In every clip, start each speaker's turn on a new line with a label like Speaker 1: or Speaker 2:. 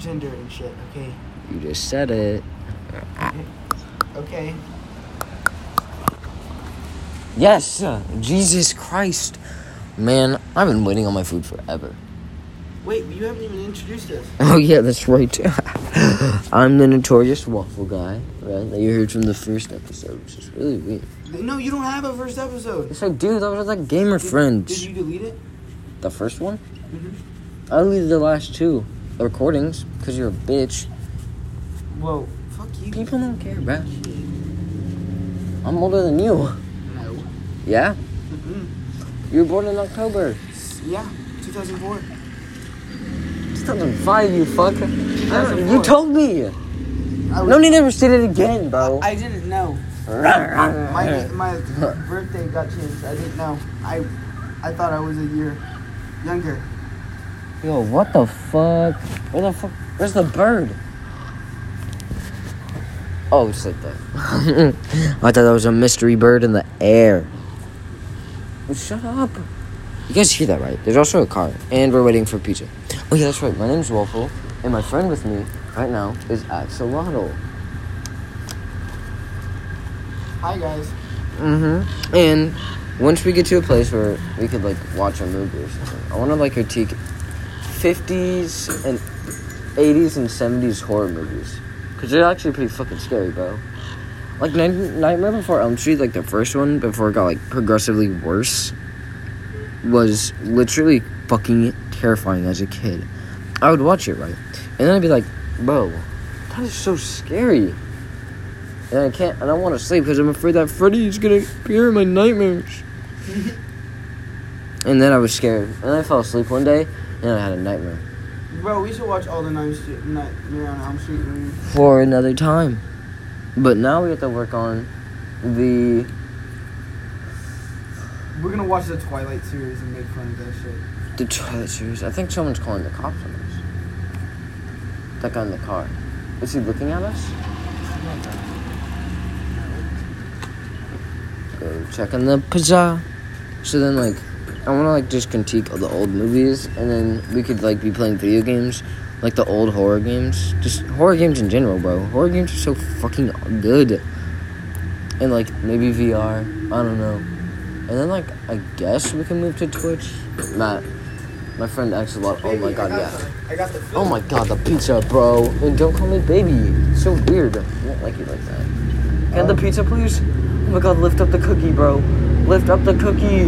Speaker 1: Tinder and shit, okay?
Speaker 2: You just said it.
Speaker 1: Okay.
Speaker 2: Yes, Jesus Christ. Man, I've been waiting on my food forever.
Speaker 1: Wait, you haven't even introduced us.
Speaker 2: Oh yeah, that's right. I'm the notorious waffle guy, right? That you heard from the first episode, which is really weird.
Speaker 1: No, you don't have a first episode.
Speaker 2: It's like, dude, that was like gamer
Speaker 1: Did-
Speaker 2: friends.
Speaker 1: Did you delete it?
Speaker 2: the first one?
Speaker 1: Mhm.
Speaker 2: I deleted the last two recordings because you're a bitch.
Speaker 1: Whoa. Fuck you.
Speaker 2: People don't care, bruh. I'm older than you.
Speaker 1: No.
Speaker 2: Yeah?
Speaker 1: Mm-mm. Mm-hmm.
Speaker 2: You were born in October.
Speaker 1: Yeah, 2004.
Speaker 2: 2005, you fuck. I don't-
Speaker 1: 2004.
Speaker 2: You told me.
Speaker 1: I was-
Speaker 2: No need to ever say it again, bro.
Speaker 1: I didn't know. My
Speaker 2: I,
Speaker 1: my birthday got changed. I didn't know. I I thought I was a year younger.
Speaker 2: Yo, what the fuck? Where the fuck? Where's the bird? Oh, it's like that. I thought that was a mystery bird in the air. Well, shut up. You guys hear that, right? There's also a car, and we're waiting for pizza. Oh, yeah, that's right. My name's Waffle, and my friend with me right now is Axolotl.
Speaker 1: Hi guys.
Speaker 2: Mm-hmm. And once we get to a place where we could like watch a movie or something, I want to like critique fifties and eighties and seventies horror movies because they're actually pretty fucking scary, bro. Like Night- Nightmare Before Elm Street, like the first one before it got like progressively worse, was literally fucking terrifying as a kid. I would watch it right, and then I'd be like, bro, that is so scary. And I can't. I don't want to sleep because I'm afraid that Freddy's gonna appear in my nightmares. and then I was scared, and I fell asleep one day, and I had a nightmare
Speaker 1: Bro, we should watch all the Nightmare Street, Nightmare on Elm Street movies.
Speaker 2: for another time. But now we have to work on the.
Speaker 1: We're gonna watch the Twilight series and make fun of that shit.
Speaker 2: The toilet series. I think someone's calling the cops on us. That guy in the car. Is he looking at us? Go check on the pizza. So then, like, I want to like just critique all the old movies, and then we could like be playing video games, like the old horror games, just horror games in general, bro. Horror games are so fucking good. And like maybe VR. I don't know. And then like I guess we can move to Twitch. Matt, my friend Axelot. Oh my god, yeah.
Speaker 1: I got the.
Speaker 2: Oh my god, the pizza, bro. And don't call me baby. It's so weird. I don't like you like that. Can I have the pizza, please? Oh my god, lift up the cookie, bro. Lift up the cookie.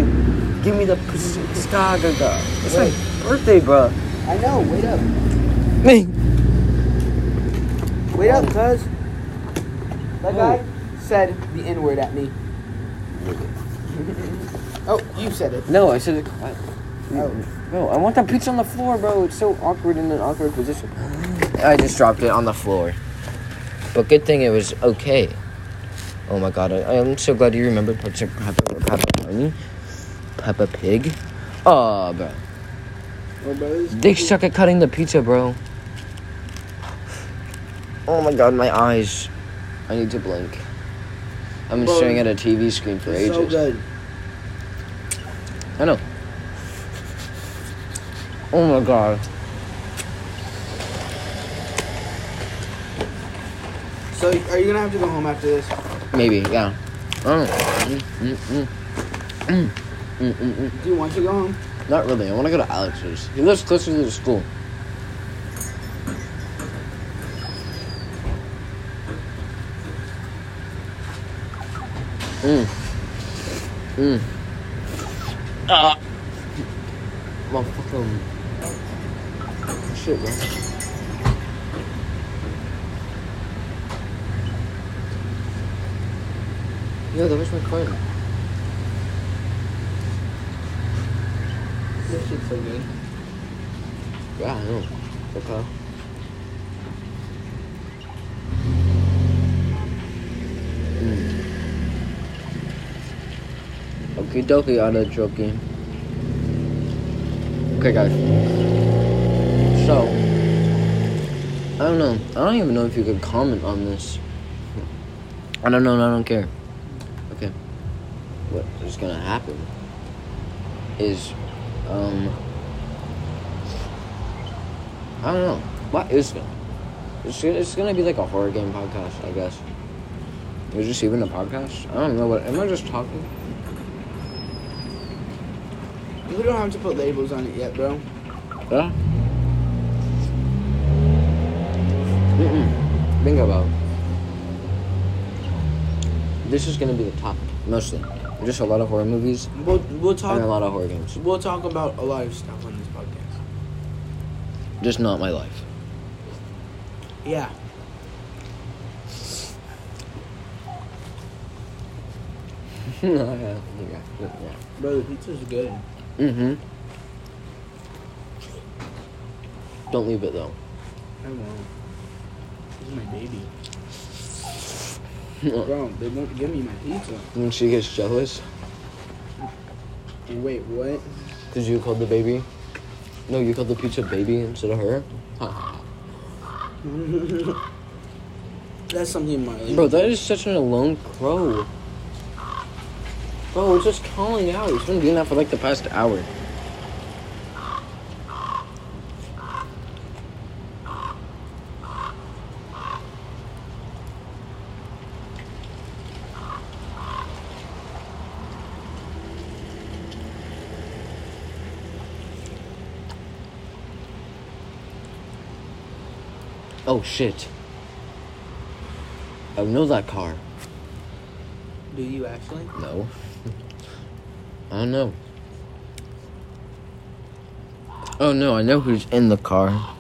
Speaker 2: Give me the pizza. It's my
Speaker 1: Wait.
Speaker 2: birthday, bro.
Speaker 1: I know. Wait up.
Speaker 2: Me.
Speaker 1: Wait up, cuz. That
Speaker 2: Oh.
Speaker 1: guy said the N word at me. oh, you said it.
Speaker 2: No, I said it. I,
Speaker 1: Oh.
Speaker 2: No, I want that pizza on the floor, bro. It's so awkward in an awkward position. I just dropped it on the floor. But good thing it was okay. Oh my god, I, I'm so glad you remembered Peppa, Peppa, Peppa, Pony. Peppa Pig. Oh, bro.
Speaker 1: Oh,
Speaker 2: They suck at cutting the pizza, bro. Oh my god, my eyes. I need to blink. I've been
Speaker 1: Bro,
Speaker 2: staring at a TV screen for ages.
Speaker 1: so good.
Speaker 2: I know. Oh my god.
Speaker 1: So, are you gonna have to go home after this?
Speaker 2: Maybe, yeah. Oh. Mm, mm, mm. Mm, mm, mm, mm.
Speaker 1: Do you want to go home?
Speaker 2: Not really. I want to go to Alex's. He lives closer to the school. Mm. Mm. Ah. Motherfucking. Shit, bro. Yo, that was my card.
Speaker 1: This shit's so good.
Speaker 2: Yeah, I know. Okay. Mm. Okie dokie, auto joking. Okay, guys. So, I don't know. I don't even know if you could comment on this. I don't know, and I don't care. Okay. What is gonna happen is, um, I don't know. What is it? It's, it's gonna be like a horror game podcast, I guess. Is this even a podcast? I don't know what. Am I just talking?
Speaker 1: We don't have to put labels on it yet, bro.
Speaker 2: Yeah. Mm-mm. Think about. This is gonna be the topic mostly. Just a lot of horror movies
Speaker 1: We'll we'll
Speaker 2: and a
Speaker 1: talk
Speaker 2: lot of horror games.
Speaker 1: we'll talk about a lot of stuff on this podcast.
Speaker 2: Just not my life.
Speaker 1: Yeah.
Speaker 2: yeah. Yeah.
Speaker 1: Bro, the pizza's good.
Speaker 2: yeah. Mhm. Don't leave it though.
Speaker 1: I won't. This is my baby.
Speaker 2: Oh.
Speaker 1: Bro, they won't give me my pizza.
Speaker 2: When she gets jealous,
Speaker 1: Wait, what?
Speaker 2: cause you called the baby. No, you called the pizza baby instead of her. Huh.
Speaker 1: That's something Marley.
Speaker 2: Bro, that is such an alone crow. Bro, it's just calling out. It's been doing that for like the past hour. Oh shit. I know that car.
Speaker 1: Do you actually?
Speaker 2: No. I don't know. Oh no, I know who's in the car.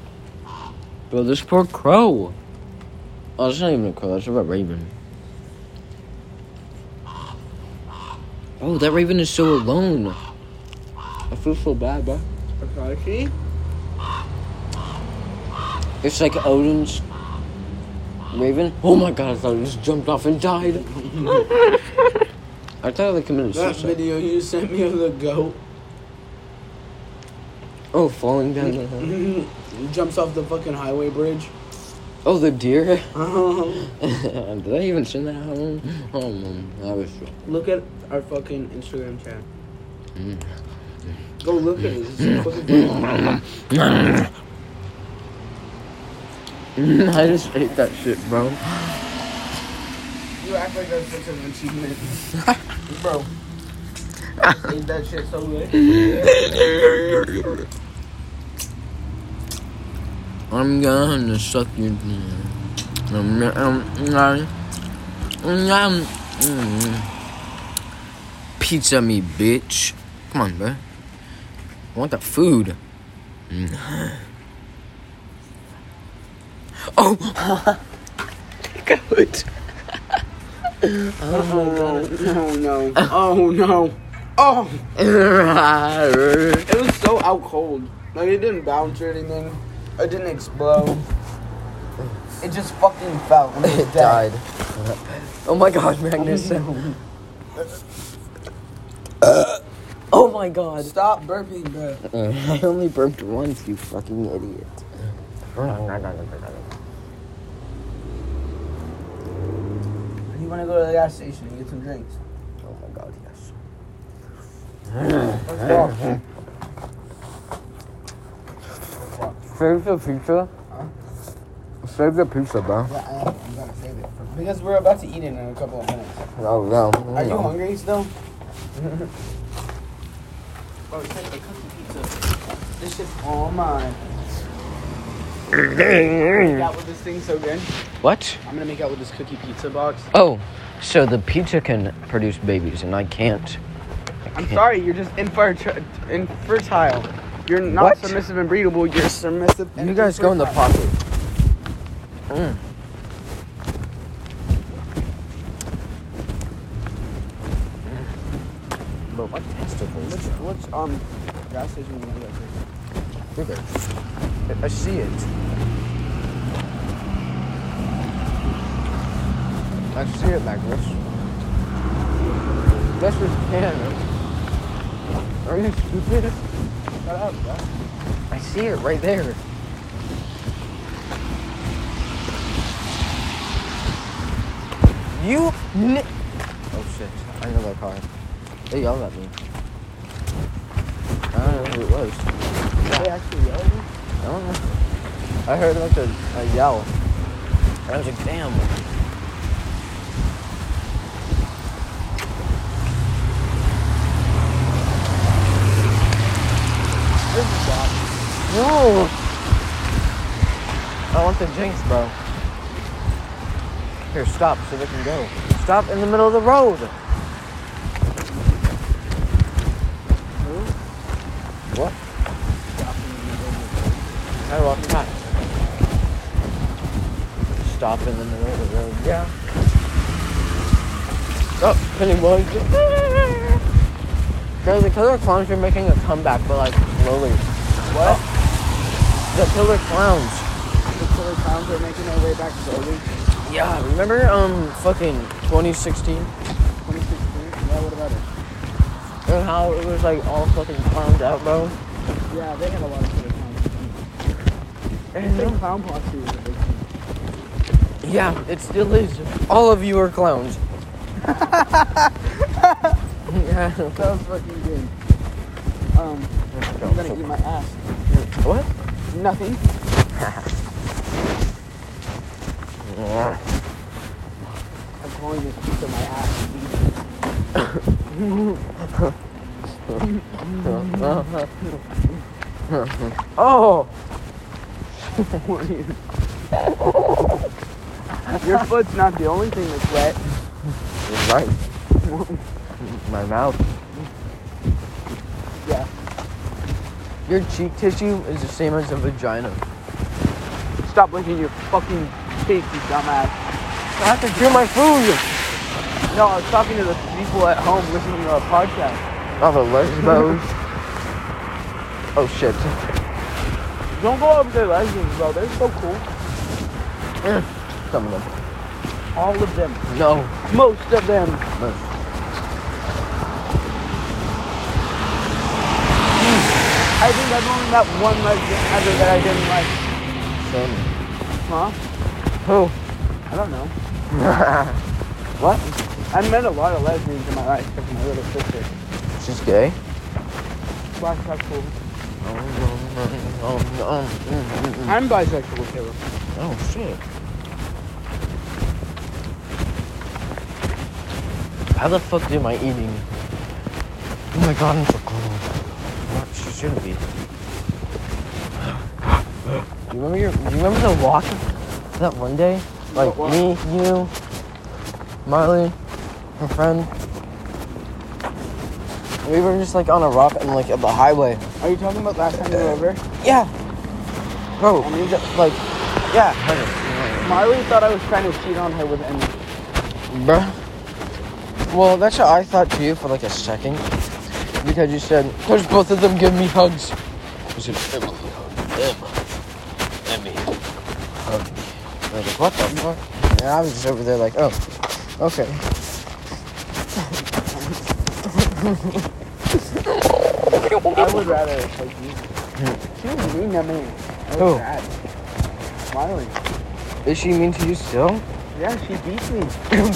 Speaker 2: Bro, this poor crow. Oh, that's not even a crow, that's a red raven. Oh, that raven is so alone. I feel so bad, bro.
Speaker 1: Apache?
Speaker 2: It's like Odin's raven. Oh my god, I thought it just jumped off and died. I thought I committed
Speaker 1: That
Speaker 2: suicide.
Speaker 1: video you sent me of the goat
Speaker 2: Oh, falling down the hill.
Speaker 1: jumps off the fucking highway bridge.
Speaker 2: Oh, the deer.
Speaker 1: Um,
Speaker 2: Did I even send that home? Oh, man. That was
Speaker 1: look at our fucking Instagram chat.
Speaker 2: Mm.
Speaker 1: Go look at it. It's so fucking funny.
Speaker 2: I just ate that shit, bro.
Speaker 1: You act like that's such an achievement. Bro. Ain't that shit so good?
Speaker 2: I'm gonna suck your dick. Um, um, um, um, mm. Pizza me, bitch. Come on, bro. I want that food. Mm. Oh! Take out.
Speaker 1: Oh, no, no. Oh, no. Oh!
Speaker 2: Bro,
Speaker 1: It was so out cold. Like it didn't bounce or anything. It didn't explode. It just fucking fell. and
Speaker 2: It died. Oh my god, Magnus. oh my god.
Speaker 1: Stop burping, bro.
Speaker 2: I only burped once, you fucking idiot. Oh
Speaker 1: You want to go to the gas station and get some drinks?
Speaker 2: Oh my god, yes.
Speaker 1: Let's go.
Speaker 2: Save the pizza.
Speaker 1: Huh?
Speaker 2: Save the pizza, bro.
Speaker 1: Yeah, I am. I'm gonna save it for, because we're about to eat it in a couple of minutes.
Speaker 2: Oh no.
Speaker 1: Are you hungry still? Bro, it's like they cooked the pizza. This shit's all mine. Make out with this thing so good.
Speaker 2: What?
Speaker 1: I'm gonna make out with this cookie pizza box.
Speaker 2: Oh, so the pizza can produce babies, and I can't.
Speaker 1: I'm sorry, you're just infertile. infertile. You're not
Speaker 2: What?
Speaker 1: submissive and breedable. You're submissive. And
Speaker 2: You guys go in the
Speaker 1: infertile.
Speaker 2: pocket. Mm. But what testicles?
Speaker 1: Which, which um gas station you wanna go to?
Speaker 2: I see it. I see it, Magnus. This is cannon. Are you stupid?
Speaker 1: Shut up, bro.
Speaker 2: I see it right there. You. N- oh shit! I know that car. They yelled at me. I don't know who it was.
Speaker 1: They actually yell at you?
Speaker 2: I don't know. I I heard like a, a yell. And I was like, damn. No! I want the jinx, bro. Here, stop so they can go. Stop in the middle of the road! What? I walked back. Stop in the middle of the road. Yeah. Oh, Pennywise. Guys, the Killer Clowns are making a comeback, but like slowly. Oh.
Speaker 1: What?
Speaker 2: The Killer Clowns.
Speaker 1: The killer clowns are making their way back slowly.
Speaker 2: Yeah, remember um fucking
Speaker 1: 2016.
Speaker 2: 2016
Speaker 1: Yeah, what about it?
Speaker 2: and how it was like all fucking clowns out, bro?
Speaker 1: Yeah, they had a lot of killer clowns. I think clown posse was a big thing.
Speaker 2: Yeah, it still is. All of you are clowns. yeah.
Speaker 1: That was fucking good. Um, I'm gonna eat my ass.
Speaker 2: What?
Speaker 1: Nothing. I'm calling this piece of my ass.
Speaker 2: Oh,
Speaker 1: Your foot's not the only thing that's wet.
Speaker 2: right. My mouth.
Speaker 1: Yeah.
Speaker 2: Your cheek tissue is the same as a vagina.
Speaker 1: Stop licking your fucking cheek, you dumbass.
Speaker 2: I have to chew my food.
Speaker 1: No, I was talking to the people at home listening to a podcast.
Speaker 2: Oh, the lesbos. oh shit.
Speaker 1: Don't go up to lesbians, bro. They're so cool.
Speaker 2: Some of them.
Speaker 1: All of them.
Speaker 2: No.
Speaker 1: Most of them. Hmm. I think I've only met one lesbian ever that I didn't like.
Speaker 2: Same.
Speaker 1: Huh?
Speaker 2: Who?
Speaker 1: I don't know.
Speaker 2: What?
Speaker 1: I met a lot of lesbians in my life, except my little sister.
Speaker 2: She's gay.
Speaker 1: Bisexual.
Speaker 2: Oh
Speaker 1: I'm bisexual, Caleb.
Speaker 2: shit. How the fuck am I eating? Oh my god, I'm so cold. Not she shouldn't be. Do you remember your, do you remember the walk that one day? Like
Speaker 1: What walk?
Speaker 2: me, you, Marley, her friend. We were just like on a rock and like at the highway.
Speaker 1: Are you talking about last time you were over?
Speaker 2: Yeah. Bro,
Speaker 1: I mean,
Speaker 2: like, yeah.
Speaker 1: Marley thought I was trying to cheat on her with Emmy.
Speaker 2: Bruh. Well, that's what I thought to you for like a second. Because you said, there's both of them give me hugs. You said, Emily, hug Emma. Emmy, hug me. I was like, what the fuck? And I was just over there like, oh, okay.
Speaker 1: I would rather like you. She was mean to me. I was
Speaker 2: Who?
Speaker 1: sad. Marley.
Speaker 2: Is she mean to you still?
Speaker 1: Yeah, she beat me.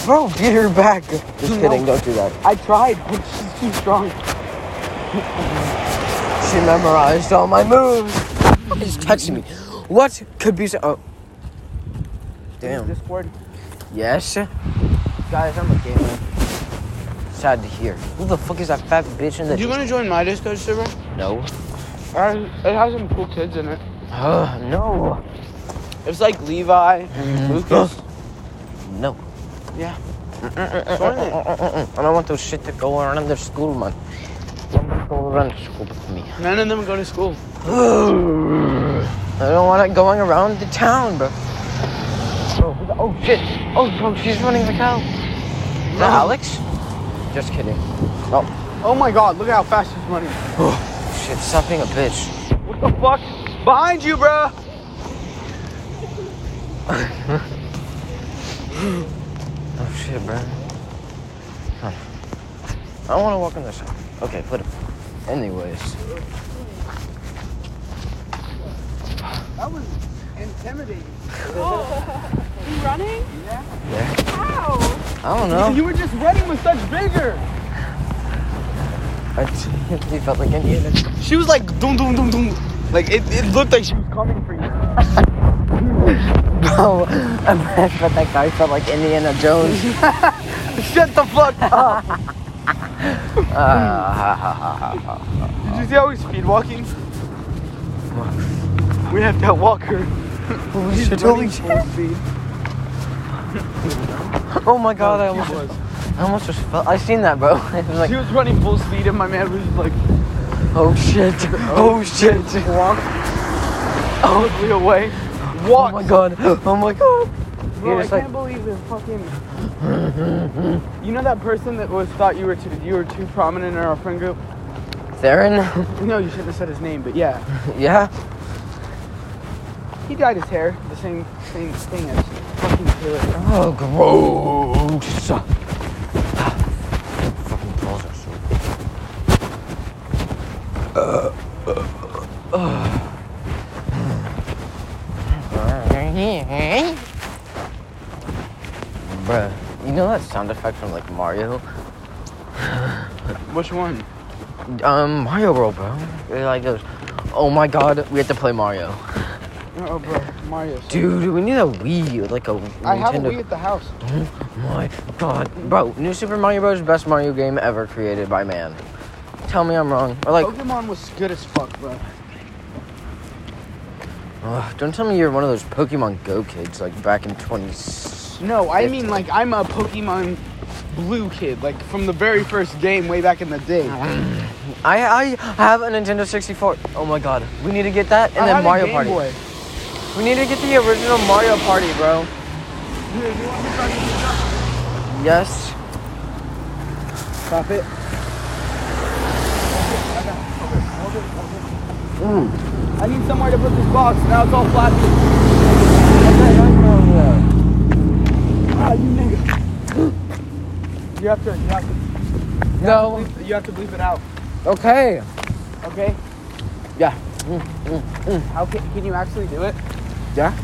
Speaker 2: Bro, get her back. Just
Speaker 1: No.
Speaker 2: kidding, don't do that.
Speaker 1: I tried, but she's too strong.
Speaker 2: She memorized all my moves. She's texting me. What could be so? Oh. Damn.
Speaker 1: Discord.
Speaker 2: Yes. Guys, I'm a gamer. Sad to hear. Who the fuck is that fat bitch in the?
Speaker 1: to join my Discord server?
Speaker 2: no.
Speaker 1: Uh, it has some cool kids in it.
Speaker 2: Uh, no.
Speaker 1: It's like Levi and Lucas.
Speaker 2: No. Uh,
Speaker 1: Yeah.
Speaker 2: Join it. I don't want those shit to go around their school, man. Don't let it Go around the school with me.
Speaker 1: None of them go to school.
Speaker 2: I don't want it going around the town, bro. Bro, who the- oh shit! Oh, bro, she's running like hell. Is that
Speaker 1: No.
Speaker 2: Alex? Just kidding. Oh,
Speaker 1: Oh my god, look at how fast she's running.
Speaker 2: Shit, stop being a bitch.
Speaker 1: What the fuck? Behind you, bruh!
Speaker 2: Oh shit, bro. Huh. I want to walk in this. Okay, put it. Anyways,
Speaker 1: That was intimidating.
Speaker 3: You running?
Speaker 1: Yeah.
Speaker 2: Yeah.
Speaker 3: How?
Speaker 2: I don't know.
Speaker 1: You were just running with such vigor.
Speaker 2: I t- he felt like Indiana.
Speaker 1: She was like, doom, doom, doom, doom. Like, it, it looked like she was coming for you.
Speaker 2: Bro, Oh, I'm mad, but that guy felt like Indiana Jones.
Speaker 1: Shut the fuck up! Did you see how he's speed walking? We have that walker. He's really full speed.
Speaker 2: oh my god, I
Speaker 1: He
Speaker 2: almost,
Speaker 1: was.
Speaker 2: I almost just fell. I seen that, bro. I was like,
Speaker 1: he was running full speed, and my man was like
Speaker 2: oh shit, oh shit.
Speaker 1: walked boldly away. Walked.
Speaker 2: Oh my god, oh my god.
Speaker 1: Bro,
Speaker 2: You're
Speaker 1: I
Speaker 2: just like,
Speaker 1: can't believe this fucking. you know that person that was thought you were too you were too prominent in our friend group.
Speaker 2: Theron?
Speaker 1: No, you shouldn't have said his name, but yeah,
Speaker 2: yeah?
Speaker 1: he dyed his hair the same same thing as fucking Taylor.
Speaker 2: Oh, gross. Ah, Fucking balls are so itchy. Bruh, you know that sound effect from like Mario?
Speaker 1: Which one?
Speaker 2: Um, Mario World, bro. It like goes, oh my god, we have to play Mario.
Speaker 1: Oh, bro, Mario. sucks.
Speaker 2: Dude, we need a Wii, like a
Speaker 1: I have a
Speaker 2: Nintendo-
Speaker 1: Wii at the house.
Speaker 2: My God, bro! New Super Mario Bros. best Mario game ever created by man. Tell me I'm wrong, or like,
Speaker 1: Pokemon was good as fuck, bro. Oh.
Speaker 2: ugh, don't tell me you're one of those Pokemon Go kids like back in 20.
Speaker 1: No, I mean
Speaker 2: Fifteen.
Speaker 1: like I'm a Pokemon Blue kid, like from the very first game way back in the day. And
Speaker 2: I I have a Nintendo 64. Oh my God, we need to get that and
Speaker 1: I had
Speaker 2: then
Speaker 1: a
Speaker 2: Mario
Speaker 1: Game
Speaker 2: Party.
Speaker 1: Boy.
Speaker 2: We need to get the original Mario Party, bro.
Speaker 1: Dude, you want me to try to
Speaker 2: Yes.
Speaker 1: Stop it. Mm. I need somewhere to put this box. Now it's all plastic. Ah, you nigga. You have to. You have to.
Speaker 2: No.
Speaker 1: Bleep, you have to bleep it out.
Speaker 2: Okay.
Speaker 1: Okay.
Speaker 2: Yeah.
Speaker 1: Mm, How can, can you actually do it?
Speaker 2: Yeah.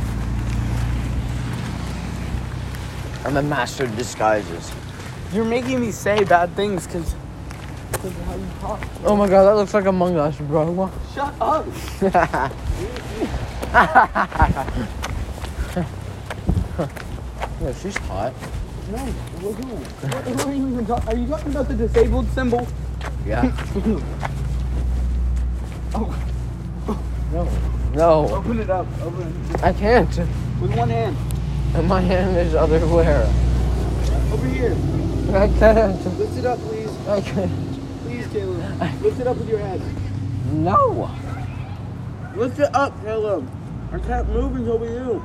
Speaker 2: I'm a master of disguises.
Speaker 1: You're making me say bad things because. Because how you talk.
Speaker 2: Oh my God, that looks like Among Us, bro.
Speaker 1: Shut up.
Speaker 2: Yeah, she's hot.
Speaker 1: No. What, who? What, who are you even talking? Are you talking about the disabled symbol?
Speaker 2: Yeah.
Speaker 1: Oh,
Speaker 2: No,
Speaker 1: open it up. Open it
Speaker 2: I can't.
Speaker 1: with one hand.
Speaker 2: My hand is other where.
Speaker 1: Over here.
Speaker 2: I can't.
Speaker 1: Lift it up, please.
Speaker 2: I can't.
Speaker 1: Please, Caleb. Lift it up with your head.
Speaker 2: No.
Speaker 1: Lift it up, Caleb. I can't move until we do.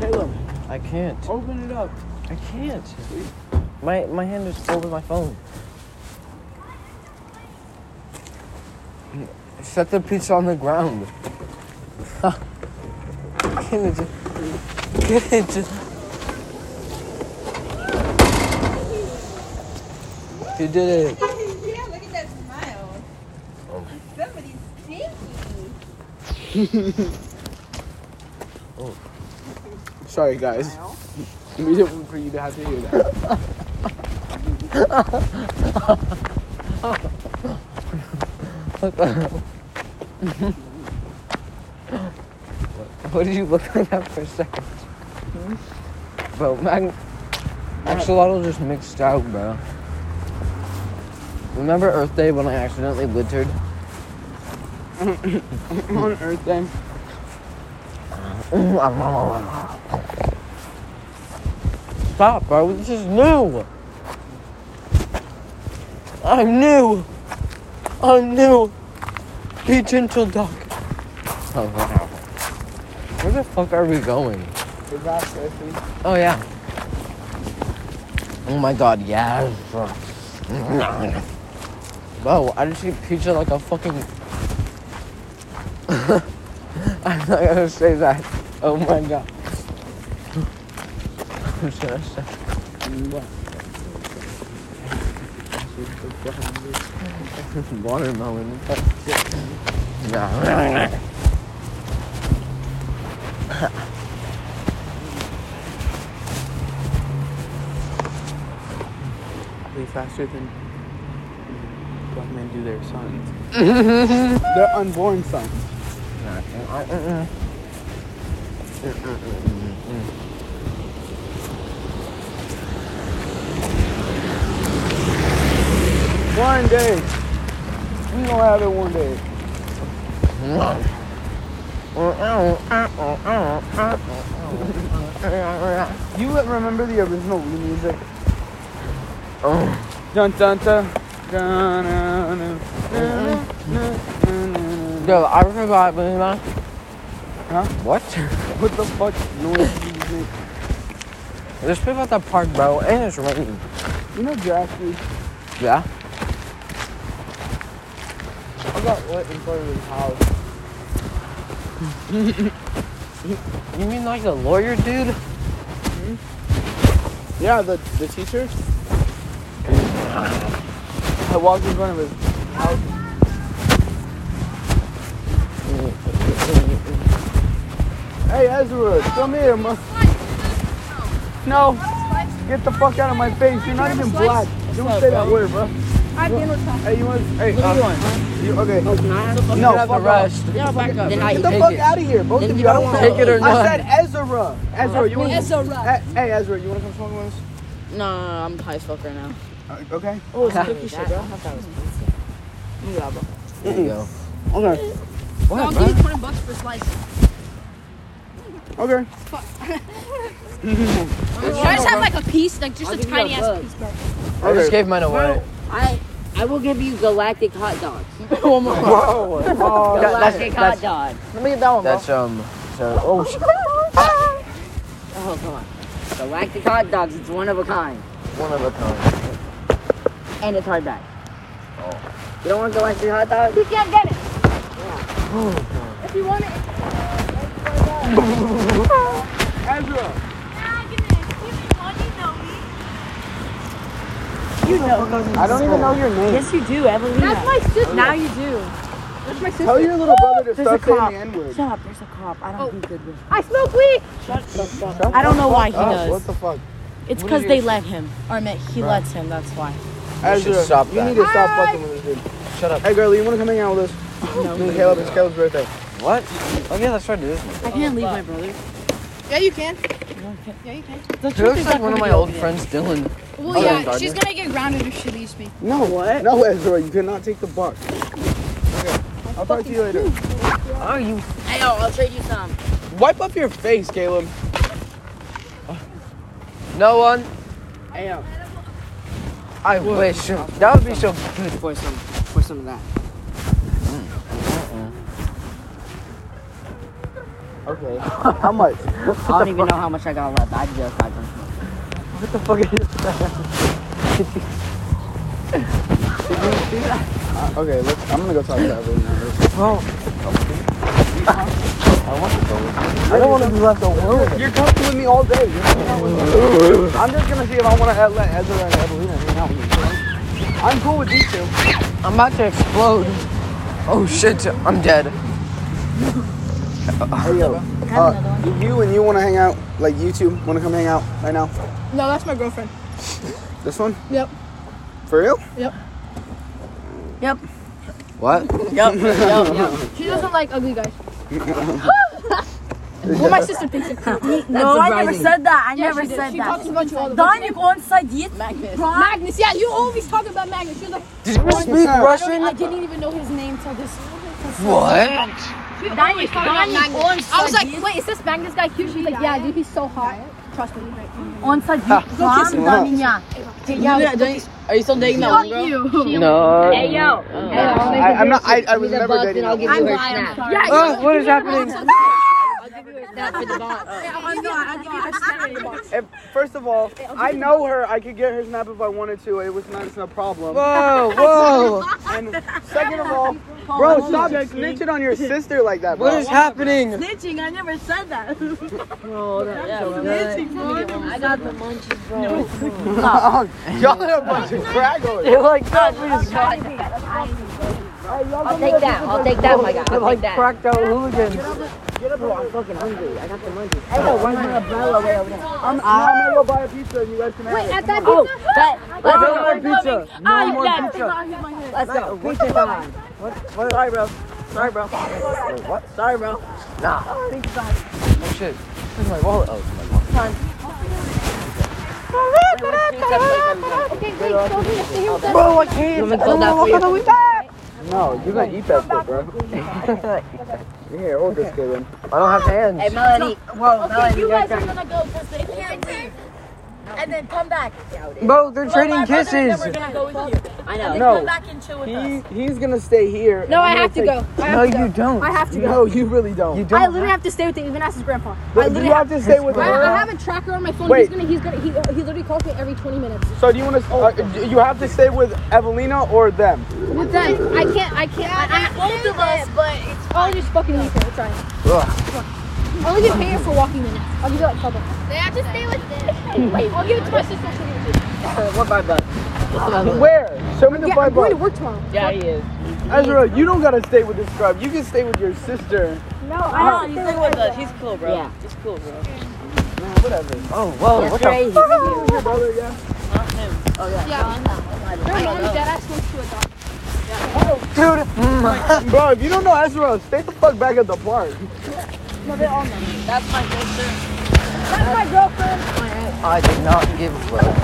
Speaker 1: Caleb,
Speaker 2: I can't.
Speaker 1: open it up.
Speaker 2: I can't. My my hand is over my phone. Set the pizza on the ground. Get it. Get it. You did it.
Speaker 4: yeah, look at that smile. Somebody's stinky.
Speaker 1: Sorry, guys. We didn't want for you to have to hear that.
Speaker 2: What did you look like that for a second? Bro, Mag- Axolotl just mixed out, bro. Remember Earth Day when I accidentally littered?
Speaker 1: On Earth Day.
Speaker 2: Stop, bro. This is new. I'm new. I'm new. Be gentle, dog. Where the fuck are we going?
Speaker 1: Is that surfing?
Speaker 2: Oh yeah. Oh my god, yes. Bro, I just eat pizza like a fucking. I'm not gonna say that. Oh my god. I'm just gonna say- watermelon. No.
Speaker 1: Way faster than. Black men do their sons. their unborn sons. One day. We gonna have it one day. You would remember the original Wii music? Dun dun dun. dun, dun, dun, dun, dun, dun, dun, dun.
Speaker 2: Yo, I forgot, but Huh? What?
Speaker 1: What the fuck noise music?
Speaker 2: There's people at the park, bro, and it's raining.
Speaker 1: You know Jackie?
Speaker 2: Yeah?
Speaker 1: I got lit in front of his house.
Speaker 2: You mean like the lawyer dude?
Speaker 1: Yeah, the, the teacher? I walked in front of his house. Hey Ezra, come here, man. No, get the fuck out of my face. You're not even black. Don't say that word, bro.
Speaker 3: I've been with
Speaker 1: Hey, you want? Hey, what are you doing? You, okay. No, fuck off.
Speaker 2: Yeah, back up. Then
Speaker 1: Get the fuck out of here, both of you. I don't want
Speaker 2: Take it or
Speaker 1: I
Speaker 2: not.
Speaker 1: said Ezra. Ezra, you want?
Speaker 5: Ezra.
Speaker 1: Hey, hey, Ezra, you want to come smoke with us?
Speaker 5: No, I'm high as fuck right now.
Speaker 1: Uh, Okay.
Speaker 2: There you go.
Speaker 1: Okay.
Speaker 5: No, I'll give you 20 bucks for slice.
Speaker 1: Okay.
Speaker 5: Can I just have like a piece, like just a tiny ass piece?
Speaker 2: I just gave mine away.
Speaker 6: I I will give you galactic hot dogs.
Speaker 1: Whoa. Oh, that- that's-
Speaker 6: Galactic hot dogs.
Speaker 2: That's, um, so, oh, sh-
Speaker 6: Oh come on. Galactic hot dogs, it's one of a kind.
Speaker 2: one of a kind.
Speaker 6: And it's hard dog. You don't want galactic hot dogs?
Speaker 3: You can't get it. If you want it,
Speaker 1: Ezra.
Speaker 3: nah, give me give me one. You know me.
Speaker 1: I don't even know your name.
Speaker 6: Yes you do, Evelina.
Speaker 3: That's my sister.
Speaker 6: now you do.
Speaker 3: That's my
Speaker 1: Tell
Speaker 3: sister.
Speaker 1: your little brother to
Speaker 6: There's a
Speaker 1: stop saying
Speaker 6: cop.
Speaker 1: the N word.
Speaker 6: Shut up, there's a cop. I don't do good with
Speaker 3: I smoke weed.
Speaker 6: I don't know why he
Speaker 1: Oh,
Speaker 6: does.
Speaker 1: what the fuck?
Speaker 6: It's because they let him. Or meant he lets him, that's why.
Speaker 2: You should
Speaker 1: Ezra,
Speaker 2: stop
Speaker 1: you
Speaker 2: that.
Speaker 1: need to stop fucking with this dude.
Speaker 2: Shut up.
Speaker 1: Hey, girl, you want to come hang out with us? No. Me and Caleb. It's Caleb's birthday.
Speaker 2: What? Oh, yeah, that's right, it is.
Speaker 6: I can't leave my brother.
Speaker 5: Yeah, you can.
Speaker 2: She looks like one of my old friends, Dylan.
Speaker 5: Well,
Speaker 2: Oh,
Speaker 5: yeah,
Speaker 2: yeah,
Speaker 5: she's gonna get grounded if she leaves me.
Speaker 1: No. What? No, Ezra, you cannot take the buck. Okay. I'll talk to you later.
Speaker 2: Oh, you.
Speaker 6: Hey yo, I'll trade you some.
Speaker 1: Wipe up your face, Caleb.
Speaker 2: No one.
Speaker 6: Hey yo,
Speaker 2: I wish. That would be so good.
Speaker 6: for some for some of that.
Speaker 1: Okay. How much?
Speaker 6: I don't even know how much I got left. I just got some.
Speaker 1: What the fuck is that? Uh, okay, let's, I'm gonna go talk to Evelyn now. I don't want to be left alone. You're coming with me all day. You're hanging out with me. I'm just gonna see if I want to let Ezra and Evelina hang out with you. I'm cool with these two.
Speaker 2: I'm about to explode. Oh shit, I'm dead.
Speaker 1: Hey, yo. Uh, you and you want to hang out, like you two want to come hang out right now?
Speaker 5: No, that's my girlfriend.
Speaker 1: This one?
Speaker 5: Yep.
Speaker 1: For real?
Speaker 2: What?
Speaker 6: Yup, yup, yup.
Speaker 5: She doesn't like ugly guys. well, my sister thinks it's cute.
Speaker 6: No, I never said that. I never
Speaker 5: she did.
Speaker 6: said
Speaker 5: she
Speaker 6: that.
Speaker 5: talks about you all the
Speaker 6: Don,
Speaker 5: time.
Speaker 6: you on side yet?
Speaker 5: Magnus, yeah, you always talk about Magnus. You're like,
Speaker 2: Did you speak
Speaker 5: I, don't, I
Speaker 2: Russian?
Speaker 5: didn't even know his name till this.
Speaker 2: What?
Speaker 5: You always talk about
Speaker 6: Don,
Speaker 5: Magnus.
Speaker 6: on
Speaker 5: I was
Speaker 6: side
Speaker 5: like, wait, is this Magnus guy cute? She's like, yeah, dude, he's so hot. Trust me.
Speaker 6: on side yet? Mom,
Speaker 1: Wow.
Speaker 6: Don, yeah.
Speaker 5: Are you still dating that one girl? you.
Speaker 2: No.
Speaker 6: Hey yo.
Speaker 1: I, I'm not. I, I was never dating. that one.
Speaker 6: I'm lying.
Speaker 5: Yeah, you
Speaker 2: Oh, what is happening?
Speaker 5: I'm not. I'm not.
Speaker 1: If, first of all, I know her. I could get her snap if I wanted to. It was not it's no problem.
Speaker 2: Whoa, whoa.
Speaker 1: And second of all, bro, stop snitching on your sister like that,
Speaker 2: What
Speaker 1: bro.
Speaker 2: is happening?
Speaker 6: Snitching, I never said that. I got the munchies, bro.
Speaker 1: Y'all are a bunch of craggles.
Speaker 2: They're like, God, we just
Speaker 6: I'll take that. I'll take that, my guy. I'll take that.
Speaker 2: cracked out hooligans.
Speaker 6: Bro, I'm fucking hungry. I got the munchies.
Speaker 1: I'm, I'm gonna go buy a pizza and you guys can have
Speaker 5: Ah. Wait,
Speaker 1: it.
Speaker 5: at that
Speaker 6: Oh,
Speaker 5: pizza?
Speaker 6: that.
Speaker 2: No more pizza. No more
Speaker 5: That's
Speaker 2: pizza.
Speaker 5: not hit my head.
Speaker 6: Let's go.
Speaker 1: Peace and fine. What? What? Sorry, bro. Sorry, bro. Wait, what?
Speaker 6: Sorry, bro.
Speaker 1: Oh shit. This is my wallet. Oh, it's my wallet.
Speaker 5: Okay, wait, so here, so here's the-
Speaker 1: Bro, I
Speaker 6: You
Speaker 1: can't.
Speaker 6: want me to close that for you?
Speaker 1: No, you're gonna eat that shit, bro. Here, hold this, Caitlin. I don't have hands.
Speaker 6: Hey, Melanie. Whoa,
Speaker 3: Okay,
Speaker 6: Melanie.
Speaker 3: you
Speaker 6: you're
Speaker 3: guys are
Speaker 6: drunk.
Speaker 3: gonna go because they can't leave. And then come back.
Speaker 2: Bro, they're trading
Speaker 3: My brother and them
Speaker 2: kisses.
Speaker 3: are gonna go with you.
Speaker 6: I
Speaker 3: And
Speaker 6: know.
Speaker 3: then
Speaker 1: No.
Speaker 3: come back and chill with
Speaker 1: He,
Speaker 3: us.
Speaker 1: he's gonna stay here. and
Speaker 5: No, I
Speaker 1: you're
Speaker 5: have to
Speaker 1: gonna
Speaker 5: go. I
Speaker 2: No,
Speaker 5: have to
Speaker 2: you
Speaker 5: go.
Speaker 2: don't.
Speaker 5: I have to
Speaker 1: take-
Speaker 5: go.
Speaker 1: No, you really don't.
Speaker 2: You
Speaker 5: I
Speaker 2: don't.
Speaker 5: literally have to stay with Dave, even ask his grandpa. I
Speaker 1: But you
Speaker 5: literally
Speaker 1: have to stay with
Speaker 5: I, I
Speaker 1: her.
Speaker 5: have a tracker on my phone.
Speaker 1: Wait.
Speaker 5: He's gonna, he's gonna, he, he literally calls me every 20 minutes.
Speaker 1: So do you want to? Uh, you have to stay with Evelina or them.
Speaker 5: With that, I can't, I can't, I,
Speaker 3: Both of us, but it's
Speaker 5: I, I'll just fucking leave here. It's alright. Come on. I'll get paid for walking minutes. I'll give you like five bucks.
Speaker 3: they have to stay with
Speaker 5: Wait, I'll give it to my sister. I'll give it to you.
Speaker 6: What five bucks? What's five bucks?
Speaker 1: Where? Show me the
Speaker 5: Yeah,
Speaker 1: five
Speaker 5: I'm going to
Speaker 1: bucks.
Speaker 5: work tomorrow.
Speaker 6: Yeah, he is.
Speaker 1: Ezra, you don't gotta stay with this scrub. You can stay with your sister.
Speaker 5: No, I don't.
Speaker 6: stay with us. He's cool, bro. Yeah. He's cool, bro.
Speaker 1: Whatever.
Speaker 2: Oh, whoa.
Speaker 6: He's
Speaker 2: What the?
Speaker 6: crazy.
Speaker 1: Who's your brother again?
Speaker 5: Their mom and dad asked me to adopt.
Speaker 1: Dude, bro, if you don't know Ezra, stay the fuck back at the park.
Speaker 6: That's my sister.
Speaker 5: That's my girlfriend.
Speaker 2: I did not give a fuck.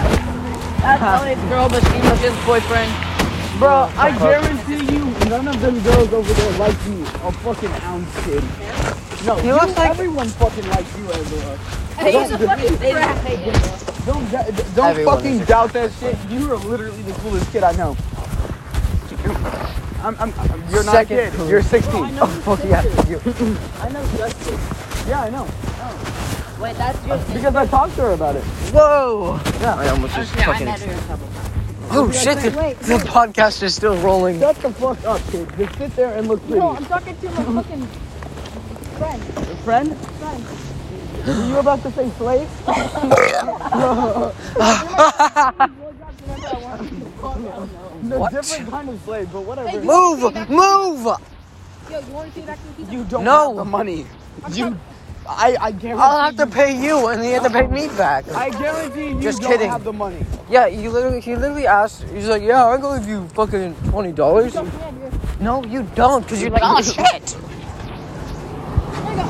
Speaker 6: That's Melanie's girl, but she was his boyfriend.
Speaker 1: Bro, I guarantee you, none of them girls over there like you. A fucking ounce, kid. No,
Speaker 2: He
Speaker 1: you,
Speaker 2: looks like-
Speaker 1: everyone fucking likes you, Ezra.
Speaker 5: He's a fucking brat.
Speaker 1: Don't d- d- don't
Speaker 2: Everyone
Speaker 1: fucking
Speaker 2: is a-
Speaker 1: doubt that shit. You are literally the coolest kid I know. I'm, I'm, I'm- you're not
Speaker 2: Second
Speaker 1: a kid.
Speaker 2: coolest.
Speaker 1: You're 16.
Speaker 2: Oh, fuck yeah. You.
Speaker 1: I know Justin. Yeah, I know.
Speaker 6: Wait, that's your sister.
Speaker 1: Because I talked to her about it.
Speaker 2: Whoa.
Speaker 1: Yeah.
Speaker 2: I almost just
Speaker 6: Okay, I
Speaker 2: fucking.
Speaker 6: met her a couple times.
Speaker 2: Oh shit! The, the podcast is still rolling.
Speaker 1: Shut the fuck up, kid. Just sit there and look pretty.
Speaker 5: No, I'm talking to my fucking friend.
Speaker 1: Your friend? Were you about to say slave? No,
Speaker 2: What?
Speaker 1: different kind of slave, but whatever.
Speaker 5: Hey,
Speaker 2: Move, move.
Speaker 5: Yo, you want to see back to the
Speaker 1: You don't
Speaker 2: No.
Speaker 1: have the money. You, I, I guarantee.
Speaker 2: I'll have to pay you, and you have to pay me back.
Speaker 1: I guarantee you
Speaker 2: Just
Speaker 1: don't
Speaker 2: kidding.
Speaker 1: have the money.
Speaker 2: Yeah, you literally, he literally asked. He's like, "Yeah, I'll give you fucking twenty dollars." No, you don't, cause you're like, "Oh shit!"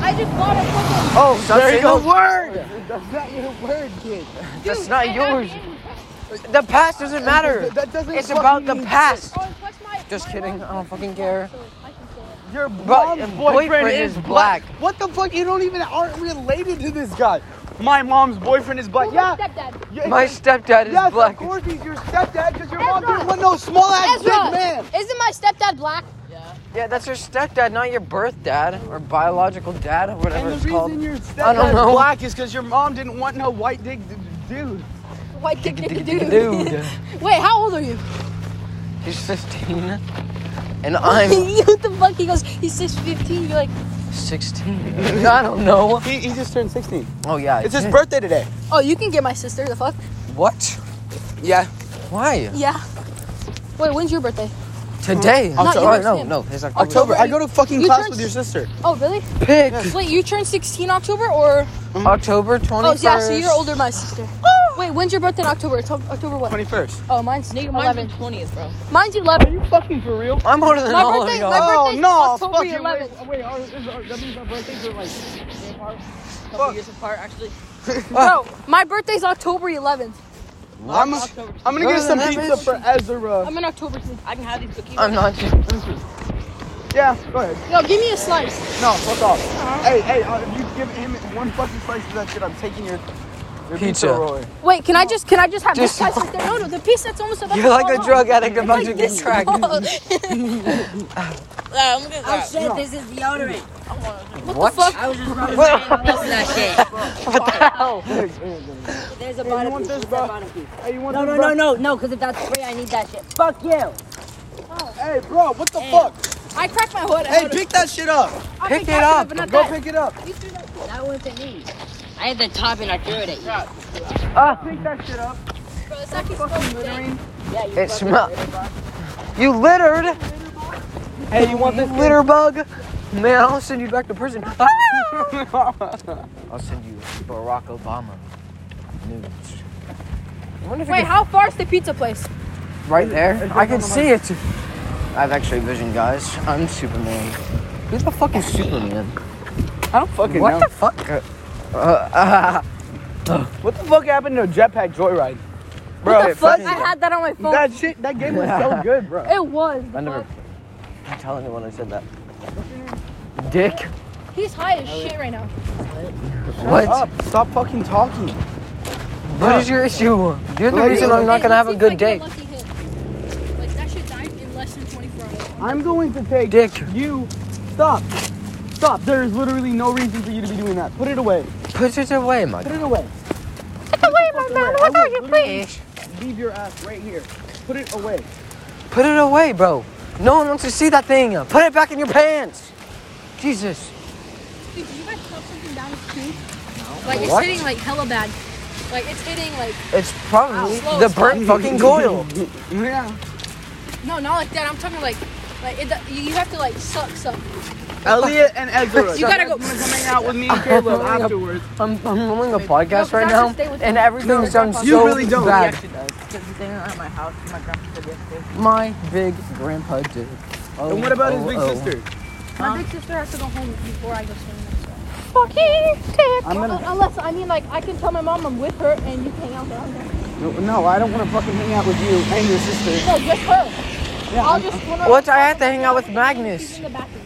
Speaker 5: I just bought a fucking.
Speaker 2: Oh,
Speaker 1: There
Speaker 2: that's
Speaker 1: you
Speaker 2: your
Speaker 1: go.
Speaker 2: word.
Speaker 1: That's not your word, kid.
Speaker 2: That's not yours. The past doesn't matter.
Speaker 1: That- That doesn't.
Speaker 2: It's about the
Speaker 1: fucking-
Speaker 2: past.
Speaker 5: Oh, it touched my.
Speaker 2: Just
Speaker 5: my
Speaker 2: kidding.
Speaker 5: mom's
Speaker 2: I don't fucking
Speaker 5: phone,
Speaker 2: care.
Speaker 5: so I can still-
Speaker 1: Your
Speaker 2: Bro-
Speaker 1: mom's
Speaker 2: boyfriend
Speaker 1: boyfriend,
Speaker 2: is
Speaker 1: is
Speaker 2: black.
Speaker 1: black. What the fuck? You don't even aren't related to this guy. My mom's boyfriend is black.
Speaker 5: Who's my
Speaker 1: Yeah.
Speaker 5: stepdad?
Speaker 1: yeah,
Speaker 2: My stepdad is
Speaker 1: yes,
Speaker 2: black.
Speaker 1: of course he's your stepdad because your mom
Speaker 5: Ezra.
Speaker 1: didn't want no small ass big
Speaker 5: Ezra.
Speaker 1: man.
Speaker 5: Isn't my stepdad black?
Speaker 2: Yeah, that's your stepdad, not your birth dad or biological dad or whatever
Speaker 1: And the
Speaker 2: it's
Speaker 1: reason
Speaker 2: called.
Speaker 1: your
Speaker 2: I don't
Speaker 1: stepdad's
Speaker 2: know.
Speaker 1: black is because your mom didn't want no white dick d- dude.
Speaker 5: White dick, dick, dude.
Speaker 2: Dude,
Speaker 5: Wait, how old are you?
Speaker 2: he's fifteen, and I'm
Speaker 5: what the fuck? He goes, he's 6'15. You're like,
Speaker 2: sixteen. I don't know.
Speaker 1: He, he just turned 16.
Speaker 2: Oh yeah, I
Speaker 1: It's his
Speaker 2: did.
Speaker 1: birthday today.
Speaker 5: oh, you can get my sister. The fuck?
Speaker 2: What?
Speaker 1: Yeah.
Speaker 2: Why?
Speaker 5: Yeah. Wait, when's your birthday?
Speaker 2: Today?
Speaker 1: Not
Speaker 2: October.
Speaker 5: yours,
Speaker 2: no,
Speaker 5: him.
Speaker 2: no, it's October.
Speaker 1: October. I go to fucking
Speaker 5: You
Speaker 1: class
Speaker 5: turned
Speaker 1: with your sister.
Speaker 5: Oh, really?
Speaker 2: Pick.
Speaker 5: Wait, you turned 16 October or?
Speaker 2: Mm-hmm. October 21st.
Speaker 5: Oh, yeah, so you're older than my sister. Wait, when's your birthday in October? It's October what?
Speaker 1: 21st.
Speaker 5: Oh, mine's
Speaker 6: Nigga, mine's
Speaker 5: 11.
Speaker 6: in 20s, bro.
Speaker 5: Mine's 11.
Speaker 1: You fucking for real?
Speaker 2: I'm older than
Speaker 5: My
Speaker 2: all
Speaker 5: birthday-
Speaker 2: of
Speaker 5: my
Speaker 2: y'all.
Speaker 5: birthday-
Speaker 1: Oh
Speaker 5: birthday's
Speaker 1: no!
Speaker 5: October
Speaker 1: fuck you,
Speaker 5: 11th.
Speaker 1: Wait, wait our, is our, that means our birthdays are like.
Speaker 6: couple
Speaker 1: Fuck.
Speaker 6: years apart, actually.
Speaker 5: Bro, my birthday's October 11th.
Speaker 1: I'm, I'm
Speaker 6: October.
Speaker 1: gonna get
Speaker 2: Other than
Speaker 1: some
Speaker 2: that,
Speaker 1: pizza
Speaker 2: bitch.
Speaker 1: for Ezra.
Speaker 5: I'm in October too.
Speaker 6: I can have these cookies.
Speaker 2: I'm not.
Speaker 1: Yeah, go ahead.
Speaker 5: Yo, give me a slice.
Speaker 1: No, fuck off. Hey, hey, uh, if you give him one fucking slice of that shit, I'm taking your, your pizza.
Speaker 2: Pizza.
Speaker 1: roll.
Speaker 5: Wait, can I just can I just have
Speaker 2: Just-
Speaker 5: this slice right there? No, no, the piece that's almost about
Speaker 2: You're
Speaker 5: to
Speaker 2: like
Speaker 5: fall
Speaker 2: a
Speaker 5: off.
Speaker 2: drug addict about to get
Speaker 5: Like this
Speaker 2: cracked.
Speaker 5: small.
Speaker 6: I'm good.
Speaker 4: Oh shit, this is deodorant.
Speaker 2: What?
Speaker 4: I was just rubbing
Speaker 2: Whoa.
Speaker 4: my hand on this.
Speaker 6: that
Speaker 2: What the hell?
Speaker 1: Hey, hey, hey.
Speaker 4: There's
Speaker 1: Hey, you
Speaker 4: a bottle
Speaker 1: want
Speaker 4: piece.
Speaker 1: this,
Speaker 4: There's a
Speaker 1: bro?
Speaker 4: bottle piece.
Speaker 1: Hey, you want
Speaker 4: No,
Speaker 1: this,
Speaker 4: no,
Speaker 1: bro?
Speaker 4: no, no, no, because if that's free, I need that shit. Fuck you.
Speaker 1: Hey, bro, what the fuck?
Speaker 5: I cracked my hood.
Speaker 1: Hey, pick that shit up.
Speaker 5: I'll
Speaker 2: pick
Speaker 5: pick
Speaker 2: it
Speaker 5: that
Speaker 2: up.
Speaker 5: But not
Speaker 1: Go
Speaker 5: that.
Speaker 1: pick it up.
Speaker 4: That wasn't me.
Speaker 6: shit. I had the top and I threw it at you.
Speaker 1: Pick that shit up.
Speaker 5: Bro, it's actually supposed to be-
Speaker 2: It smells. You littered.
Speaker 1: Hey, you want this
Speaker 2: Litter bug. Man, I'll send you back to prison. Ah! I'll send you Barack Obama. Nudes. I wonder if you
Speaker 5: Wait,
Speaker 2: could-
Speaker 5: how far is the pizza place?
Speaker 2: right there. I can see it. I have X-ray vision, guys. I'm Superman. Who the fuck is Superman?
Speaker 1: I don't fucking
Speaker 2: what
Speaker 1: know.
Speaker 2: the fuck? Uh, uh,
Speaker 1: what the fuck happened to Jetpack Joyride? Bro,
Speaker 6: What the fuck?
Speaker 2: fucking-
Speaker 6: I had that on my phone.
Speaker 1: that shit, that game was so good, bro.
Speaker 5: It was.
Speaker 2: I never.
Speaker 5: but
Speaker 2: Don't tell anyone I said that. Dick.
Speaker 5: He's high as shit right now.
Speaker 2: What?
Speaker 1: Up. Stop fucking talking.
Speaker 2: What is your issue? You're the
Speaker 1: Like-
Speaker 2: reason I'm not gonna have a
Speaker 5: Let's see if I
Speaker 2: good
Speaker 5: get
Speaker 2: day.
Speaker 5: a lucky hit. Like that shit died in less than 24 hours.
Speaker 1: I'm going to take
Speaker 2: Dick.
Speaker 1: you. Stop. Stop. There is literally no reason for you to be doing that. Put it away.
Speaker 2: Put it away, my
Speaker 1: Put
Speaker 2: guy.
Speaker 1: it away.
Speaker 6: Get away, my
Speaker 1: man. What are you playing? Leave your ass right here. Put it away.
Speaker 2: Put it away, bro. No one wants to see that thing. Put it back in your pants. Jesus.
Speaker 5: Dude, did you guys pop something down his tube? No. Like it's
Speaker 2: What?
Speaker 5: hitting like hella bad. Like it's hitting like
Speaker 2: It's probably
Speaker 5: Ow.
Speaker 2: the burnt fucking coil.
Speaker 1: Yeah.
Speaker 5: no, not like that. I'm talking like like it, you you have to like suck suck.
Speaker 1: Elliot and Ezra.
Speaker 5: You gotta go-
Speaker 1: Come hang out with me and Caleb afterwards.
Speaker 2: I'm, I'm rolling a
Speaker 5: No,
Speaker 2: podcast
Speaker 5: 'cause
Speaker 2: right
Speaker 5: I have to
Speaker 2: now,
Speaker 5: stay with
Speaker 2: and
Speaker 5: you.
Speaker 2: everything sounds
Speaker 1: You
Speaker 2: so
Speaker 1: really don't.
Speaker 2: bad.
Speaker 6: She does. Because he's hanging out at my house. and My grandpa said yesterday.
Speaker 2: My big grandpa did. Oh,
Speaker 1: And what about his
Speaker 2: oh,
Speaker 1: big
Speaker 2: oh.
Speaker 1: sister?
Speaker 5: My big sister has to go home before I go swimming. so. Fucking dick.
Speaker 1: I'm gonna-
Speaker 5: Uh, Unless I mean like I can tell my mom I'm with her and you can hang out down there.
Speaker 1: No, no, I don't want to fucking hang out with you and your sister.
Speaker 5: No, just her. I'll just. when I'm-
Speaker 2: What? I have to hang out with Magnus.
Speaker 5: She's in the bathroom.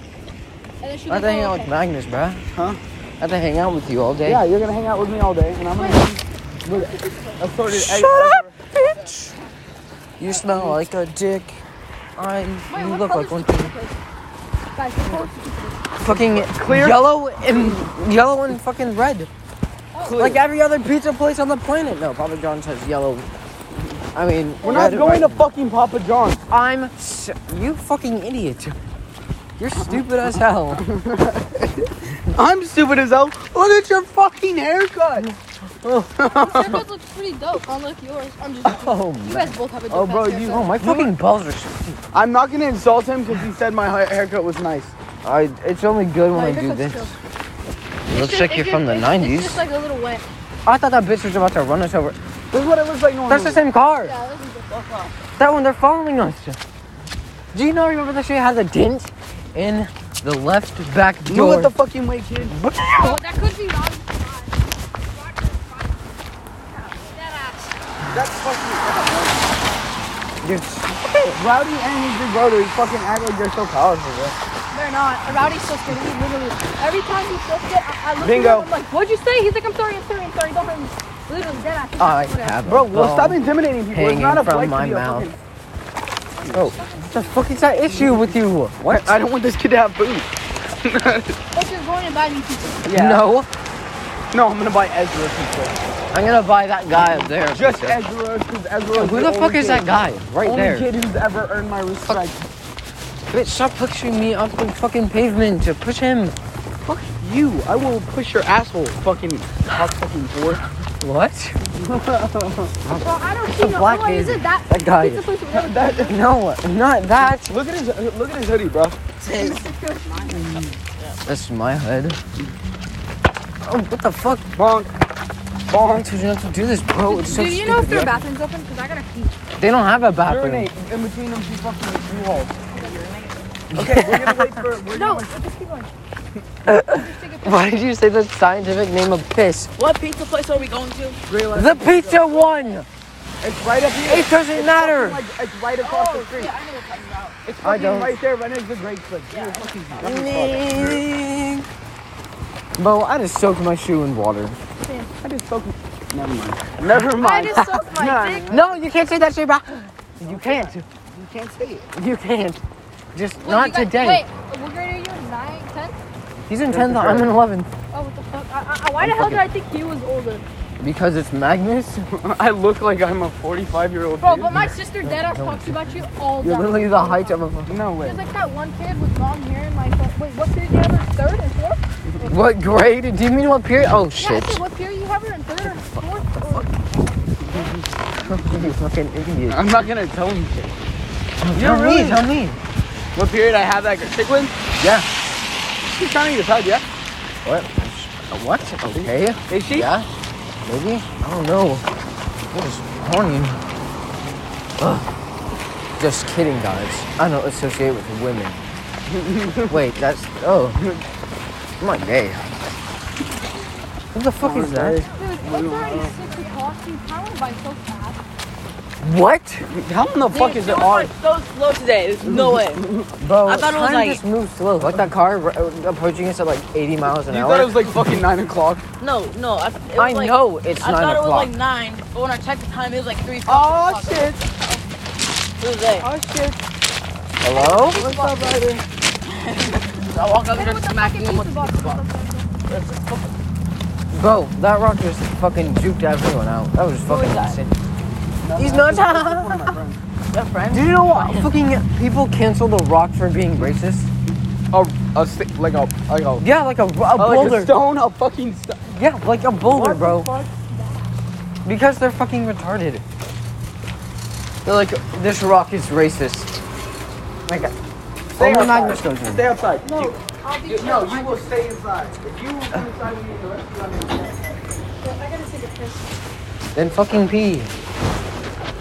Speaker 5: And then she'll
Speaker 2: I have
Speaker 5: be
Speaker 2: to
Speaker 5: like,
Speaker 2: hang
Speaker 5: oh,
Speaker 2: out
Speaker 5: okay.
Speaker 2: with Magnus, bruh.
Speaker 1: Huh?
Speaker 2: I have to hang out with you all day.
Speaker 1: Yeah, you're gonna hang out with me all day, and I'm gonna hang with assorted eggs.
Speaker 2: Shut up, bitch. You smell like a dick. I'm.
Speaker 5: Wait,
Speaker 2: you
Speaker 5: what
Speaker 2: look like one
Speaker 5: color's
Speaker 2: thing.
Speaker 5: the toothpaste? Guys, what color's the toothpaste?
Speaker 2: Fucking
Speaker 1: Clear?
Speaker 2: yellow and yellow and fucking red. Like every other pizza place on the planet. No, Papa John's has yellow. I mean,
Speaker 1: We're not
Speaker 2: red,
Speaker 1: going to
Speaker 2: red.
Speaker 1: fucking Papa John's.
Speaker 2: I'm. s you fucking idiot. You're stupid as hell.
Speaker 1: I'm stupid as hell. Look at your fucking haircut.
Speaker 5: Your looks pretty dope. Unlike yours. I'm just. joking.
Speaker 2: Oh
Speaker 5: you
Speaker 2: man.
Speaker 5: guys both have a dope
Speaker 1: Oh, bro,
Speaker 5: ass
Speaker 1: you-
Speaker 5: haircut.
Speaker 2: Oh my fucking balls are. so-
Speaker 1: I'm not gonna insult him because he said my ha- haircut was nice.
Speaker 2: I. It's only good
Speaker 5: No,
Speaker 2: when I
Speaker 5: your
Speaker 2: do
Speaker 5: haircut's
Speaker 2: this.
Speaker 5: chill.
Speaker 2: It
Speaker 5: It's
Speaker 2: looks
Speaker 5: just-
Speaker 2: like
Speaker 5: it's
Speaker 2: you're
Speaker 5: just-
Speaker 2: from the
Speaker 5: it's- it's
Speaker 2: 90s.
Speaker 5: just like a little wet.
Speaker 2: I thought that bitch was about to run us over.
Speaker 1: This is what it looks like normally.
Speaker 2: That's
Speaker 5: Oh.
Speaker 2: the same car.
Speaker 5: Yeah, this is good.
Speaker 2: That one, they're following us. Do you not remember that she had a dent in the left back
Speaker 1: You know
Speaker 2: door?
Speaker 1: what the fucking way, kid?
Speaker 5: Oh, that could be Roger's eye. That
Speaker 1: That's fucking
Speaker 2: Dude,
Speaker 1: Rowdy and his big brother is fucking act like they're so powerful, bro.
Speaker 5: ass. They're not. Rowdy's so scared. He literally. Every time he flips it, I, I look
Speaker 1: Bingo.
Speaker 5: at him. I'm like, what'd you say? He's like, I'm sorry, I'm sorry, I'm sorry. Don't hurt me. Literally dead ass.
Speaker 2: Oh, I
Speaker 5: Whatever.
Speaker 2: have.
Speaker 1: Bro,
Speaker 2: a
Speaker 1: well, stop
Speaker 2: bone.
Speaker 1: intimidating people. It's
Speaker 2: hanging
Speaker 1: not a
Speaker 2: from
Speaker 1: bike
Speaker 2: my
Speaker 1: to be a
Speaker 2: mouth.
Speaker 1: fucking-
Speaker 2: Bro, what the fuck is that issue with you? What?
Speaker 1: I don't want this kid to have food.
Speaker 5: But you're going and buying pizza.
Speaker 2: No,
Speaker 1: No, I'm gonna buy Ezra pizza.
Speaker 2: I'm gonna buy that guy up there.
Speaker 1: Just Ezra, because Ezra.
Speaker 2: Who the fuck is that guy? Right
Speaker 1: only
Speaker 2: there.
Speaker 1: kid who's ever earned my respect.
Speaker 2: Bitch, stop pushing me up the fucking pavement to push him.
Speaker 1: Fuck you. I will push your asshole. Fucking hot fucking board.
Speaker 2: What?
Speaker 5: Well, I don't see no.
Speaker 2: black
Speaker 5: Black is
Speaker 2: baby.
Speaker 5: it that?
Speaker 2: That guy.
Speaker 5: Pizza place would never
Speaker 1: That,
Speaker 2: No, not that.
Speaker 1: look at his look at his hoodie, bro.
Speaker 2: That's my head. Oh, what the fuck?
Speaker 1: Bonk.
Speaker 2: I
Speaker 1: Bonk.
Speaker 2: told you not to do this, bro. Oh, It's so
Speaker 5: Do you know if
Speaker 2: stupid.
Speaker 5: their bathroom's open? Because I gotta pee.
Speaker 2: They don't have a bathroom.
Speaker 1: Urinate in between them two fucking two walls. Okay, we're gonna wait for. We're
Speaker 5: No,
Speaker 1: gonna
Speaker 5: just keep going. Just take a picture.
Speaker 2: Why did you say the scientific name of piss?
Speaker 6: What pizza place are we going to?
Speaker 1: wait for
Speaker 2: The pizza one!
Speaker 1: It's right up here.
Speaker 2: It doesn't matter!
Speaker 1: Like, it's right across the street.
Speaker 6: Yeah, I know what you're talking about.
Speaker 1: It's
Speaker 2: I
Speaker 1: fucking
Speaker 2: don't.
Speaker 1: right there, right next to the Great Clip. You're fucking dumb as fuck.
Speaker 2: Bro, I just soaked my shoe in water.
Speaker 1: I just fucking. Never mind. Never mind.
Speaker 5: I just soaked my dick.
Speaker 2: No, you can't say that shit, bro. You can't.
Speaker 1: You can't see it.
Speaker 2: You can't. Just
Speaker 5: Wait,
Speaker 2: not
Speaker 5: you guys-
Speaker 2: today.
Speaker 5: Wait, what grade are you in? 9, 10?
Speaker 2: He's in 10th, I'm in 11th.
Speaker 5: Oh, what the fuck? I, I, why the hell did I think he was older?
Speaker 2: Because it's Magnus?
Speaker 1: I look like I'm a 45 year old.
Speaker 5: Bro, but my sister dead ass talks about you all the
Speaker 2: You're
Speaker 5: time.
Speaker 2: literally the height of a.
Speaker 1: No way.
Speaker 5: There's like that one kid with long hair and like, uh, wait, what period do you have her in? Third and fourth?
Speaker 2: What grade? Do you mean what period? Oh
Speaker 5: Yeah, I
Speaker 2: shit.
Speaker 5: said, what period you have her in? Third or fourth? Or,
Speaker 2: you fucking idiot.
Speaker 1: I'm not gonna tell him shit.
Speaker 2: Tell
Speaker 1: You're
Speaker 2: me,
Speaker 1: Uh, really-
Speaker 2: Tell me.
Speaker 1: What period I have that Chicklin?
Speaker 2: Yeah.
Speaker 1: She's trying to get a pug, yeah?
Speaker 2: What? What? Okay.
Speaker 1: Is she?
Speaker 2: Yeah. Maybe. I don't know. What is morning? Ugh. Just kidding, guys. I don't associate with women. Wait, that's oh. I'm not gay. What the fuck is that?
Speaker 5: Dude, it's already 6 o'clock. The power by so fast.
Speaker 2: What?
Speaker 1: How in the fuck is it on?
Speaker 6: so slow today. There's no way.
Speaker 2: Bro,
Speaker 6: I thought it was
Speaker 2: time
Speaker 6: like-
Speaker 2: just moves slow. Like that car r- uh, approaching us at like 80 miles an
Speaker 1: You
Speaker 2: hour.
Speaker 1: thought it was like fucking nine o'clock.
Speaker 6: No, no. I, it was
Speaker 2: I
Speaker 6: like,
Speaker 2: know it's
Speaker 6: I
Speaker 2: nine
Speaker 6: thought it was
Speaker 2: o'clock.
Speaker 6: like nine, but when I checked the time, it was like three.
Speaker 1: Oh
Speaker 6: o'clock.
Speaker 1: shit!
Speaker 6: It was late.
Speaker 1: Oh shit!
Speaker 2: Hello?
Speaker 1: What's up, Ryder?
Speaker 6: I walk up and just
Speaker 5: Then what the
Speaker 6: smack
Speaker 5: fuck is
Speaker 6: him with
Speaker 5: pizza
Speaker 6: the
Speaker 5: box?
Speaker 6: box.
Speaker 2: Bro, that rock just fucking juked everyone out. That was fucking
Speaker 6: is that?
Speaker 2: insane. He's not.
Speaker 6: Your friend?
Speaker 2: Do you know what? Fucking people cancel the rock for being racist.
Speaker 1: A, a sti- like a like a,
Speaker 2: Yeah, Oh, like a, a
Speaker 1: like
Speaker 2: boulder.
Speaker 1: a stone, a fucking stone.
Speaker 2: yeah, like a boulder, bro. Because they're fucking retarded. They're like, this rock is racist. Like,
Speaker 1: Stay
Speaker 2: oh my
Speaker 1: outside.
Speaker 2: magnus goes in.
Speaker 1: Stay outside. No, you,
Speaker 5: I'll be
Speaker 1: you- no, you will stay inside. If you will stay inside when you the rest of
Speaker 5: I gotta take a piss.
Speaker 2: Then fucking pee.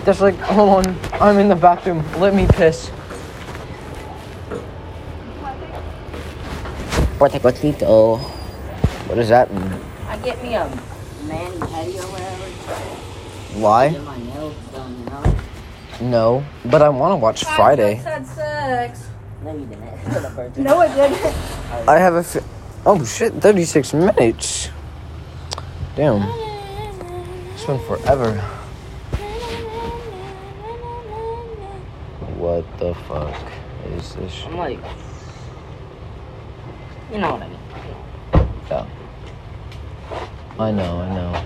Speaker 2: Just like, hold on, I'm in the bathroom. Let me piss. Portacotito. What does that mean?
Speaker 6: I get me a mani pedi or whatever.
Speaker 2: Why?
Speaker 6: Get my nails done, you know.
Speaker 2: No. But I want to watch Friday.
Speaker 4: Said sex.
Speaker 6: No, you didn't. For the birthday.
Speaker 5: No, it didn't.
Speaker 2: I have a. F- oh shit, 36 minutes. Damn. This went forever. What the fuck is this shit?
Speaker 6: I'm like, you know what I mean.
Speaker 2: Yeah. I know, I know.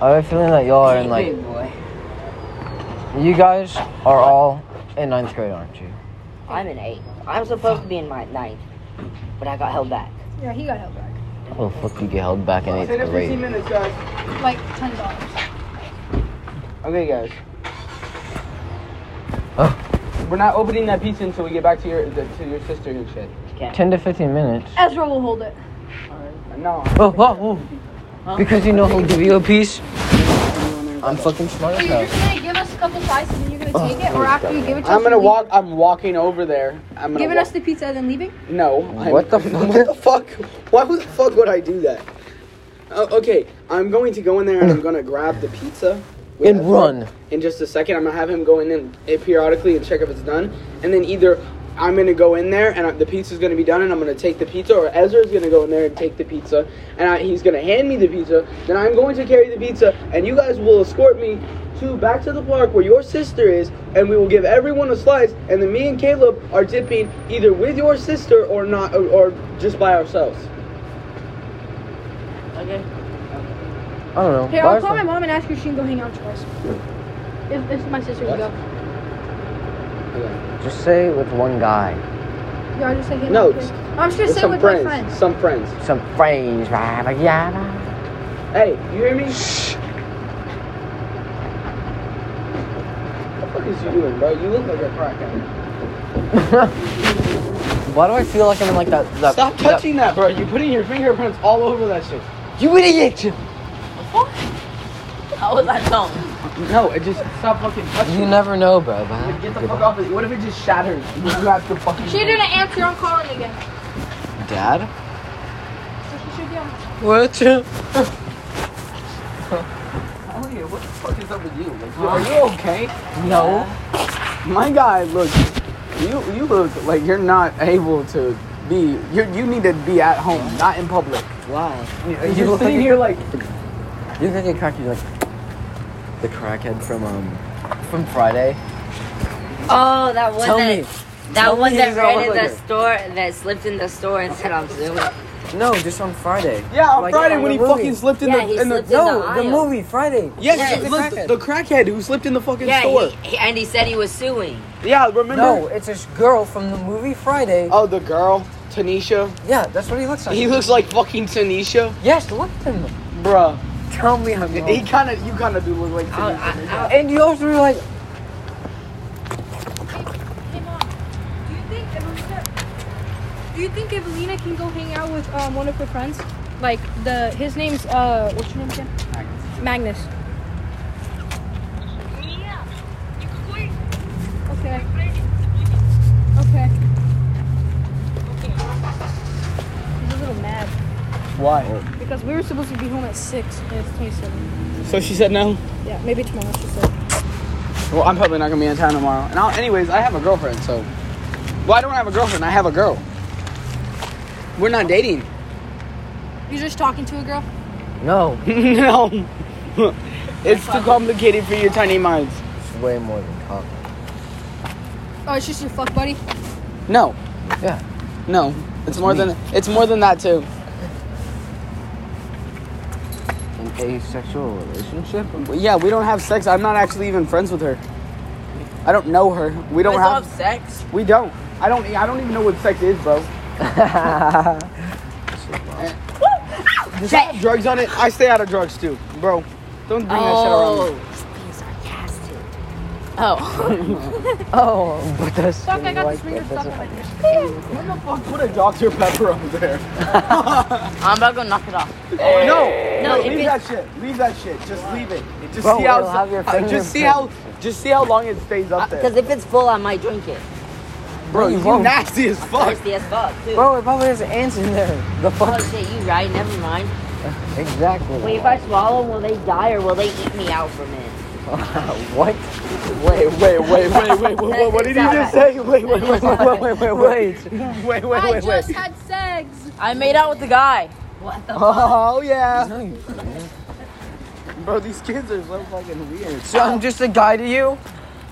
Speaker 2: I have a feeling that y'all are in like,
Speaker 6: Big boy.
Speaker 2: you guys are all in ninth grade, aren't you?
Speaker 6: I'm in eight. I'm supposed to be in my ninth, but I got held back.
Speaker 5: Yeah, he got held back.
Speaker 2: How the fuck you get held back in
Speaker 1: you
Speaker 2: eighth
Speaker 1: in 10 to 15
Speaker 2: grade?
Speaker 1: minutes, guys.
Speaker 5: Like $10.
Speaker 1: Okay, guys.
Speaker 2: Ugh.
Speaker 1: We're not opening that pizza until we get back to your the, to your sister and shit.
Speaker 6: Can't.
Speaker 2: 10 to 15 minutes.
Speaker 5: Ezra will hold it.
Speaker 1: No.
Speaker 2: Oh, oh, oh. Because you know he'll give you a piece. I'm fucking smart
Speaker 5: Dude, you're
Speaker 2: as hell.
Speaker 5: gonna give us a couple slices and you're gonna take it, or after you give it to us,
Speaker 1: I'm gonna
Speaker 5: you leave-
Speaker 1: walk. I'm walking over there. I'm gonna.
Speaker 5: Giving
Speaker 1: wa-
Speaker 5: us the pizza and then leaving?
Speaker 1: No.
Speaker 2: What the
Speaker 1: fuck? What the fuck? Why would the fuck would I do that? Uh, okay, I'm going to go in there and I'm going to grab the pizza. with
Speaker 2: And
Speaker 1: Ezra
Speaker 2: run.
Speaker 1: In just a second, I'm going to have him go in and eh, periodically and check if it's done. And then either I'm going to go in there and I, the pizza's going to be done and I'm going to take the pizza, or Ezra's going to go in there and take the pizza. And I, he's going to hand me the pizza. Then I'm going to carry the pizza, and you guys will escort me. To back to the park where your sister is, and we will give everyone a slice. And then me and Caleb are dipping either with your sister or not, or, or just by ourselves.
Speaker 6: Okay.
Speaker 2: I don't know.
Speaker 5: Here,
Speaker 2: Why
Speaker 5: I'll
Speaker 2: is
Speaker 5: call my
Speaker 2: that-
Speaker 5: mom and ask if she can go hang out with us. If, if my sister can
Speaker 1: What?
Speaker 5: go.
Speaker 2: Just say it with one guy.
Speaker 5: Yeah, I just say hang
Speaker 1: No,
Speaker 5: out with
Speaker 1: just-
Speaker 5: her. I'm just gonna
Speaker 1: With
Speaker 5: say
Speaker 1: some
Speaker 5: with
Speaker 1: friends,
Speaker 5: my friends.
Speaker 1: Some friends.
Speaker 2: Some phrase. yada, yada.
Speaker 1: Hey, you hear me? Shh. What the fuck is you doing, bro? You look like a crackhead.
Speaker 2: Why do I feel like I'm in like that? that
Speaker 1: Stop
Speaker 2: that-
Speaker 1: touching that, bro. You're putting your fingerprints all over that shit.
Speaker 2: You idiot!
Speaker 6: How was I known?
Speaker 1: No, it just stop fucking touching.
Speaker 2: You
Speaker 1: it.
Speaker 2: never know, bro. bro.
Speaker 1: Get the fuck off of it. What if it just shatters? You grab the fucking.
Speaker 5: She didn't answer, I'm calling again.
Speaker 2: Dad?
Speaker 5: So she should be on.
Speaker 2: What? you-
Speaker 1: Elliot, what the fuck is up with you? Like, you- are you okay?
Speaker 2: No.
Speaker 1: My guy, look, you you look like you're not able to be. You you need to be at home, not in public.
Speaker 2: Why?
Speaker 1: You're,
Speaker 2: look
Speaker 1: sitting
Speaker 2: like-
Speaker 1: here like.
Speaker 2: You think it cracked you like the crackhead from um from Friday?
Speaker 6: Oh, that one
Speaker 2: Tell
Speaker 6: that
Speaker 2: me.
Speaker 6: that
Speaker 2: Tell
Speaker 6: one
Speaker 2: me
Speaker 6: that
Speaker 2: he's all
Speaker 6: ran in
Speaker 2: over
Speaker 6: the
Speaker 2: here.
Speaker 6: store that slipped in the store and said I'm Zoom.
Speaker 2: No, just on Friday.
Speaker 1: Yeah, on
Speaker 2: Like,
Speaker 1: Friday
Speaker 2: on
Speaker 1: when
Speaker 2: the
Speaker 1: he
Speaker 2: movie.
Speaker 1: fucking slipped in
Speaker 6: Yeah,
Speaker 1: the
Speaker 6: he
Speaker 1: in the
Speaker 6: slipped in the
Speaker 2: No, the,
Speaker 6: aisle.
Speaker 2: movie Friday.
Speaker 1: Yes,
Speaker 6: Yes,
Speaker 1: the,
Speaker 2: the
Speaker 1: look,
Speaker 2: crackhead.
Speaker 1: the crackhead who slipped in the fucking
Speaker 6: Yeah,
Speaker 1: store.
Speaker 6: he, he- and he said he was suing.
Speaker 1: yeah, remember?
Speaker 2: No, it's this girl from the movie Friday.
Speaker 1: Oh, the girl, Tanisha.
Speaker 2: Yeah, that's what he looks like.
Speaker 1: He looks like fucking Tanisha,
Speaker 2: yes, look at him.
Speaker 1: bruh.
Speaker 2: Tell me I'm
Speaker 1: He
Speaker 2: wrong.
Speaker 1: kind of, you kind of do look like
Speaker 6: I,
Speaker 1: Tanisha.
Speaker 6: I,
Speaker 2: And you also were like,
Speaker 5: Hey mom, do you think Evelina? Do you think Evelina can go hang out with um, one of her friends? Like the his name's uh what's your name again? Magnus. Magnus. Okay. Okay. He's a little mad
Speaker 1: Why?
Speaker 5: because we were supposed to be home at six and it's twenty-seven.
Speaker 1: So she said no.
Speaker 5: Yeah, maybe tomorrow she said.
Speaker 1: Well, I'm probably not gonna be in town tomorrow. And I'll, anyways, I have a girlfriend, so. Well, I don't have a girlfriend. I have a girl. We're not dating.
Speaker 5: You're just talking to a girl.
Speaker 2: No,
Speaker 1: no. it's too complicated for your tiny minds.
Speaker 2: it's way more than common.
Speaker 5: Oh, it's just your fuck buddy.
Speaker 1: No.
Speaker 2: Yeah.
Speaker 1: No. It's more than it's more than that too.
Speaker 2: An asexual relationship?
Speaker 1: Yeah, we don't have sex. I'm not actually even friends with her. I don't know her. We don't have
Speaker 6: sex.
Speaker 1: We don't. I don't. I don't even know what sex is, bro. Does that have drugs on it? I stay out of drugs too, bro. Don't bring
Speaker 6: Oh.
Speaker 1: that
Speaker 6: Oh.
Speaker 2: oh, but that's.
Speaker 5: Fuck, I got this ringer stuck on my wrist.
Speaker 1: shit around me. Fuck, put a Dr Pepper over there.
Speaker 6: I'm about to go knock it off.
Speaker 1: no,
Speaker 6: No,
Speaker 1: no,
Speaker 6: if
Speaker 1: leave
Speaker 6: it-
Speaker 1: that shit. Leave that shit. Just leave it. Just
Speaker 2: Bro,
Speaker 1: see how.
Speaker 2: it'll have your
Speaker 1: uh, just see how. Just see how long Uh, it stays up
Speaker 6: Because
Speaker 1: there.
Speaker 6: Uh, if it's full, I might drink it.
Speaker 1: Bro, you
Speaker 2: won't.
Speaker 1: nasty as fuck.
Speaker 6: Thirsty as fuck, too.
Speaker 2: Bro, it probably has ants in there. The
Speaker 6: Oh
Speaker 2: fuck?
Speaker 6: shit, you right, never mind.
Speaker 2: Exactly.
Speaker 6: Wait, if I swallow, will they die or will they eat me out from it?
Speaker 2: what?
Speaker 1: Wait, wait, wait, wait, wait. What, what did you just say? Wait, wait, wait, wait, wait, wait, wait, wait, wait, wait,
Speaker 5: I
Speaker 1: wait,
Speaker 5: just
Speaker 1: wait.
Speaker 5: had sex.
Speaker 6: I made out with the guy. What the
Speaker 1: Oh yeah. Bro, these kids are so fucking weird.
Speaker 2: So I'm just a guy to you?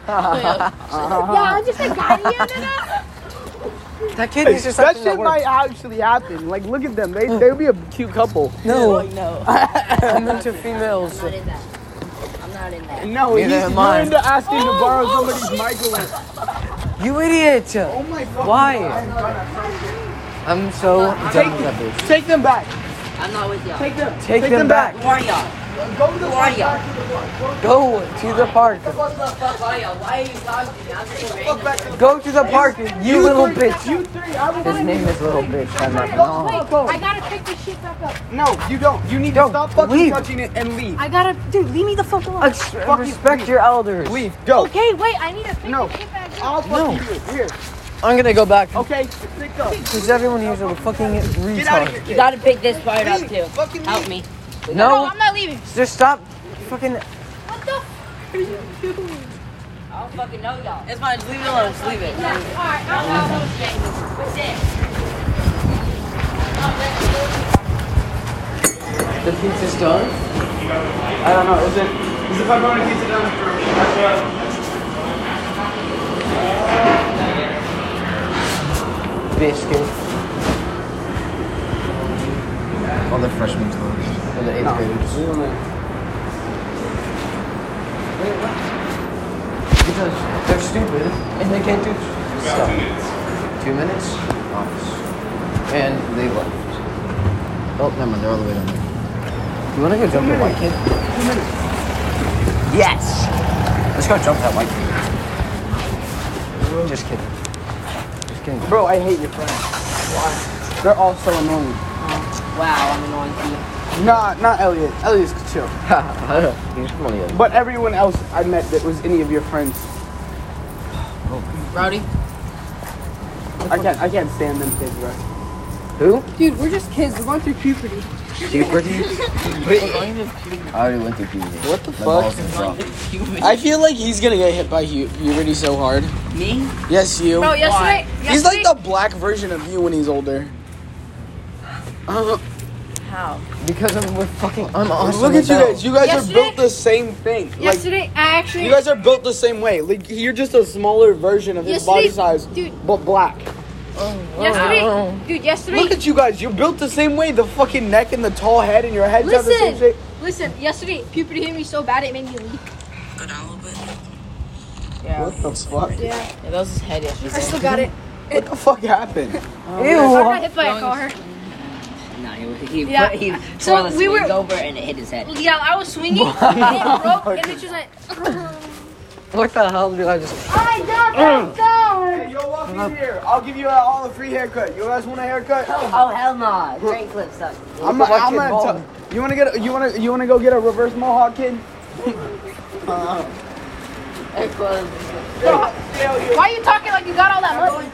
Speaker 5: Yeah, I'm just a guy. Yeah, no, no.
Speaker 2: That kid is just
Speaker 1: that
Speaker 2: something
Speaker 1: shit might actually happen. Like, look at them. They they'd be a cute couple.
Speaker 2: No,
Speaker 6: no.
Speaker 2: I'm into females.
Speaker 6: I'm not in that. I'm not in that.
Speaker 1: No,
Speaker 2: Neither
Speaker 1: he's
Speaker 2: am
Speaker 1: you're
Speaker 2: I.
Speaker 1: into asking to borrow somebody's microwave.
Speaker 2: You idiot!
Speaker 1: Oh my god.
Speaker 2: Why? I'm so
Speaker 1: Take,
Speaker 2: dumb at this.
Speaker 1: take them back.
Speaker 6: I'm not with y'all.
Speaker 1: Take them.
Speaker 2: Take them back.
Speaker 6: Who are y'all?
Speaker 1: Go to the
Speaker 6: Who are y'all?
Speaker 2: Go to the park.
Speaker 6: What the fuck are y'all? Why are you talking to me? I'm just
Speaker 1: Fuck back to the
Speaker 2: Go to the park, you little
Speaker 1: three,
Speaker 2: bitch.
Speaker 1: You three. I will
Speaker 2: His name is Little Bitch. I'm like,
Speaker 5: Wait,
Speaker 2: no.
Speaker 5: I gotta pick this shit back up.
Speaker 1: No, you don't. You need
Speaker 2: Don't.
Speaker 1: to stop fucking
Speaker 2: Leave.
Speaker 1: touching it and leave.
Speaker 5: I gotta, dude, leave me the fuck alone.
Speaker 2: Ex- Respect your elders.
Speaker 1: Leave. Go.
Speaker 5: Okay, wait, I need to pick
Speaker 1: No.
Speaker 5: this shit back up.
Speaker 1: I'll
Speaker 2: No.
Speaker 1: fucking do it. Here.
Speaker 2: I'm gonna go back
Speaker 1: Okay. Pick up.
Speaker 2: because everyone here is a fucking
Speaker 1: Get out of here,
Speaker 2: retard.
Speaker 6: You
Speaker 1: kid.
Speaker 6: gotta pick this part up
Speaker 1: Leave.
Speaker 6: too.
Speaker 1: Fucking
Speaker 6: Help
Speaker 1: leave.
Speaker 6: me.
Speaker 5: No,
Speaker 2: No,
Speaker 5: Oh, I'm not leaving.
Speaker 2: just stop. Fucking.
Speaker 5: What the fuck are you doing?
Speaker 6: I don't fucking know y'all. It's fine. Just leave it alone. Just leave it.
Speaker 5: Yeah, alright, I'm out.
Speaker 6: What's it?
Speaker 2: The pizza's done.
Speaker 1: I don't know. Is it? Is the pepperoni pizza done?
Speaker 2: Biscuit.
Speaker 7: All the freshmen clothes.
Speaker 2: For the eighth graders. Because they're stupid and they can't do stuff. Two minutes.
Speaker 7: Office.
Speaker 2: And they left.
Speaker 7: Oh, never mind. They're all the way down there.
Speaker 2: You wanna go jump the white kid?
Speaker 6: Yes.
Speaker 2: Let's go jump that white kid. Just kidding. Just kidding.
Speaker 1: Bro, I hate your friends. Why? They're all so annoying.
Speaker 6: Wow, I'm annoying to you.
Speaker 1: Nah, not Elliot. Elliot's chill.
Speaker 2: He's funny.
Speaker 1: But everyone else I met that was any of your friends,
Speaker 6: Rowdy?
Speaker 1: I can't. I can't stand them kids, bro.
Speaker 2: Who?
Speaker 5: Dude, we're just kids. We're going through puberty.
Speaker 2: Puberty? I already went through puberty.
Speaker 1: What the
Speaker 7: My balls are dropped.
Speaker 1: I feel like he's gonna get hit by you. You really so hard.
Speaker 6: Me?
Speaker 1: Yes, you.
Speaker 5: Bro, yesterday,
Speaker 1: he's
Speaker 5: yesterday,
Speaker 1: like the black version of you when he's older. Uh,
Speaker 6: How?
Speaker 2: Because I'm with fucking. I'm awesome.
Speaker 1: look at you
Speaker 2: about-
Speaker 1: guys. You guys
Speaker 5: Yesterday-
Speaker 1: are built the same thing. Like,
Speaker 5: yesterday, I actually,
Speaker 1: you guys are built the same way. Like you're just a smaller version of his body
Speaker 5: Yesterday-
Speaker 1: size,
Speaker 5: dude.
Speaker 1: but black.
Speaker 5: yesterday, dude, yesterday,
Speaker 1: Look at you guys. You're built the same way. The fucking neck and the tall head and your head's have the same
Speaker 5: listen,
Speaker 1: shape.
Speaker 5: listen, yesterday, puberty hit me so bad it made me leak.
Speaker 6: Yeah.
Speaker 1: What the fuck?
Speaker 5: Yeah,
Speaker 6: yeah that was his head yesterday.
Speaker 5: I still got it.
Speaker 1: What the fuck happened?
Speaker 5: I
Speaker 2: Ew.
Speaker 5: got hit by a car.
Speaker 6: Nah, he, he,
Speaker 5: Yeah.
Speaker 6: put- he
Speaker 5: So
Speaker 6: so
Speaker 5: we
Speaker 6: we
Speaker 5: were-
Speaker 6: over and it hit his head.
Speaker 5: Yeah, I was swinging and it broke and it just went.
Speaker 2: What the hell did I just?
Speaker 1: Hey, yo, walk in here. I'll give you uh, all a free haircut. You guys want a haircut?
Speaker 6: Oh hell no! Drain clip sucks.
Speaker 1: I'm,
Speaker 2: Look
Speaker 1: gonna-
Speaker 2: at
Speaker 1: I'm
Speaker 2: my kid
Speaker 1: gonna tell. You wanna get? A, you wanna? You wanna go get a reverse mohawk, kid?
Speaker 6: It was.
Speaker 5: Why are you talking like you got all that money?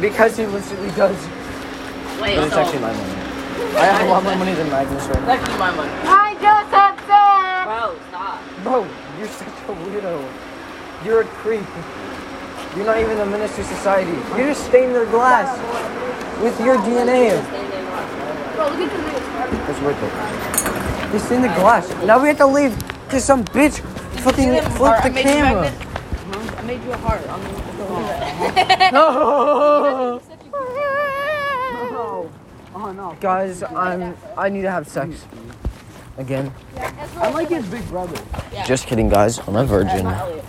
Speaker 2: Because he literally does.
Speaker 6: Wait,
Speaker 2: But it's
Speaker 6: so-
Speaker 2: actually my money. I have a lot more money than Magnus right
Speaker 6: It's actually my money.
Speaker 5: I just had sex.
Speaker 6: Bro, stop.
Speaker 2: now. Bro, you're such a weirdo. You're a creep. You're not even a menace to society. You just stained their glass with your DNA.
Speaker 5: Bro, look at the
Speaker 7: It's worth it.
Speaker 2: They stained the glass. Now we have to leave because some bitch fucking flipped the camera.
Speaker 6: I made you a heart. I'm
Speaker 2: No.
Speaker 6: Oh, oh no.
Speaker 2: Guys, I'm. I need to have sex. Again.
Speaker 6: I'm like his big brother.
Speaker 2: Just kidding, guys. I'm a virgin.
Speaker 6: Not Elliot.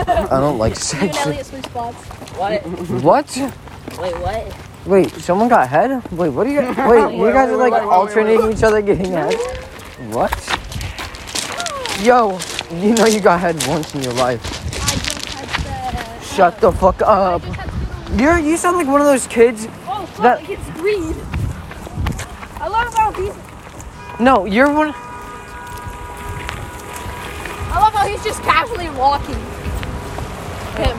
Speaker 2: I don't like
Speaker 5: You and
Speaker 2: sex.
Speaker 5: Elliot switch spots.
Speaker 6: What?
Speaker 2: What?
Speaker 6: Wait, what?
Speaker 2: Wait, someone got head? Wait, what are you guys? Wait, you guys are like alternating each other getting head? What? Yo, you know you got head once in your life.
Speaker 3: I just had the.
Speaker 2: Shut the fuck up. You're you sound like one of those kids.
Speaker 5: Oh, fuck,
Speaker 2: That-
Speaker 5: like it's green. I love how he's.
Speaker 2: No, you're one.
Speaker 5: I love how he's just casually walking. Him.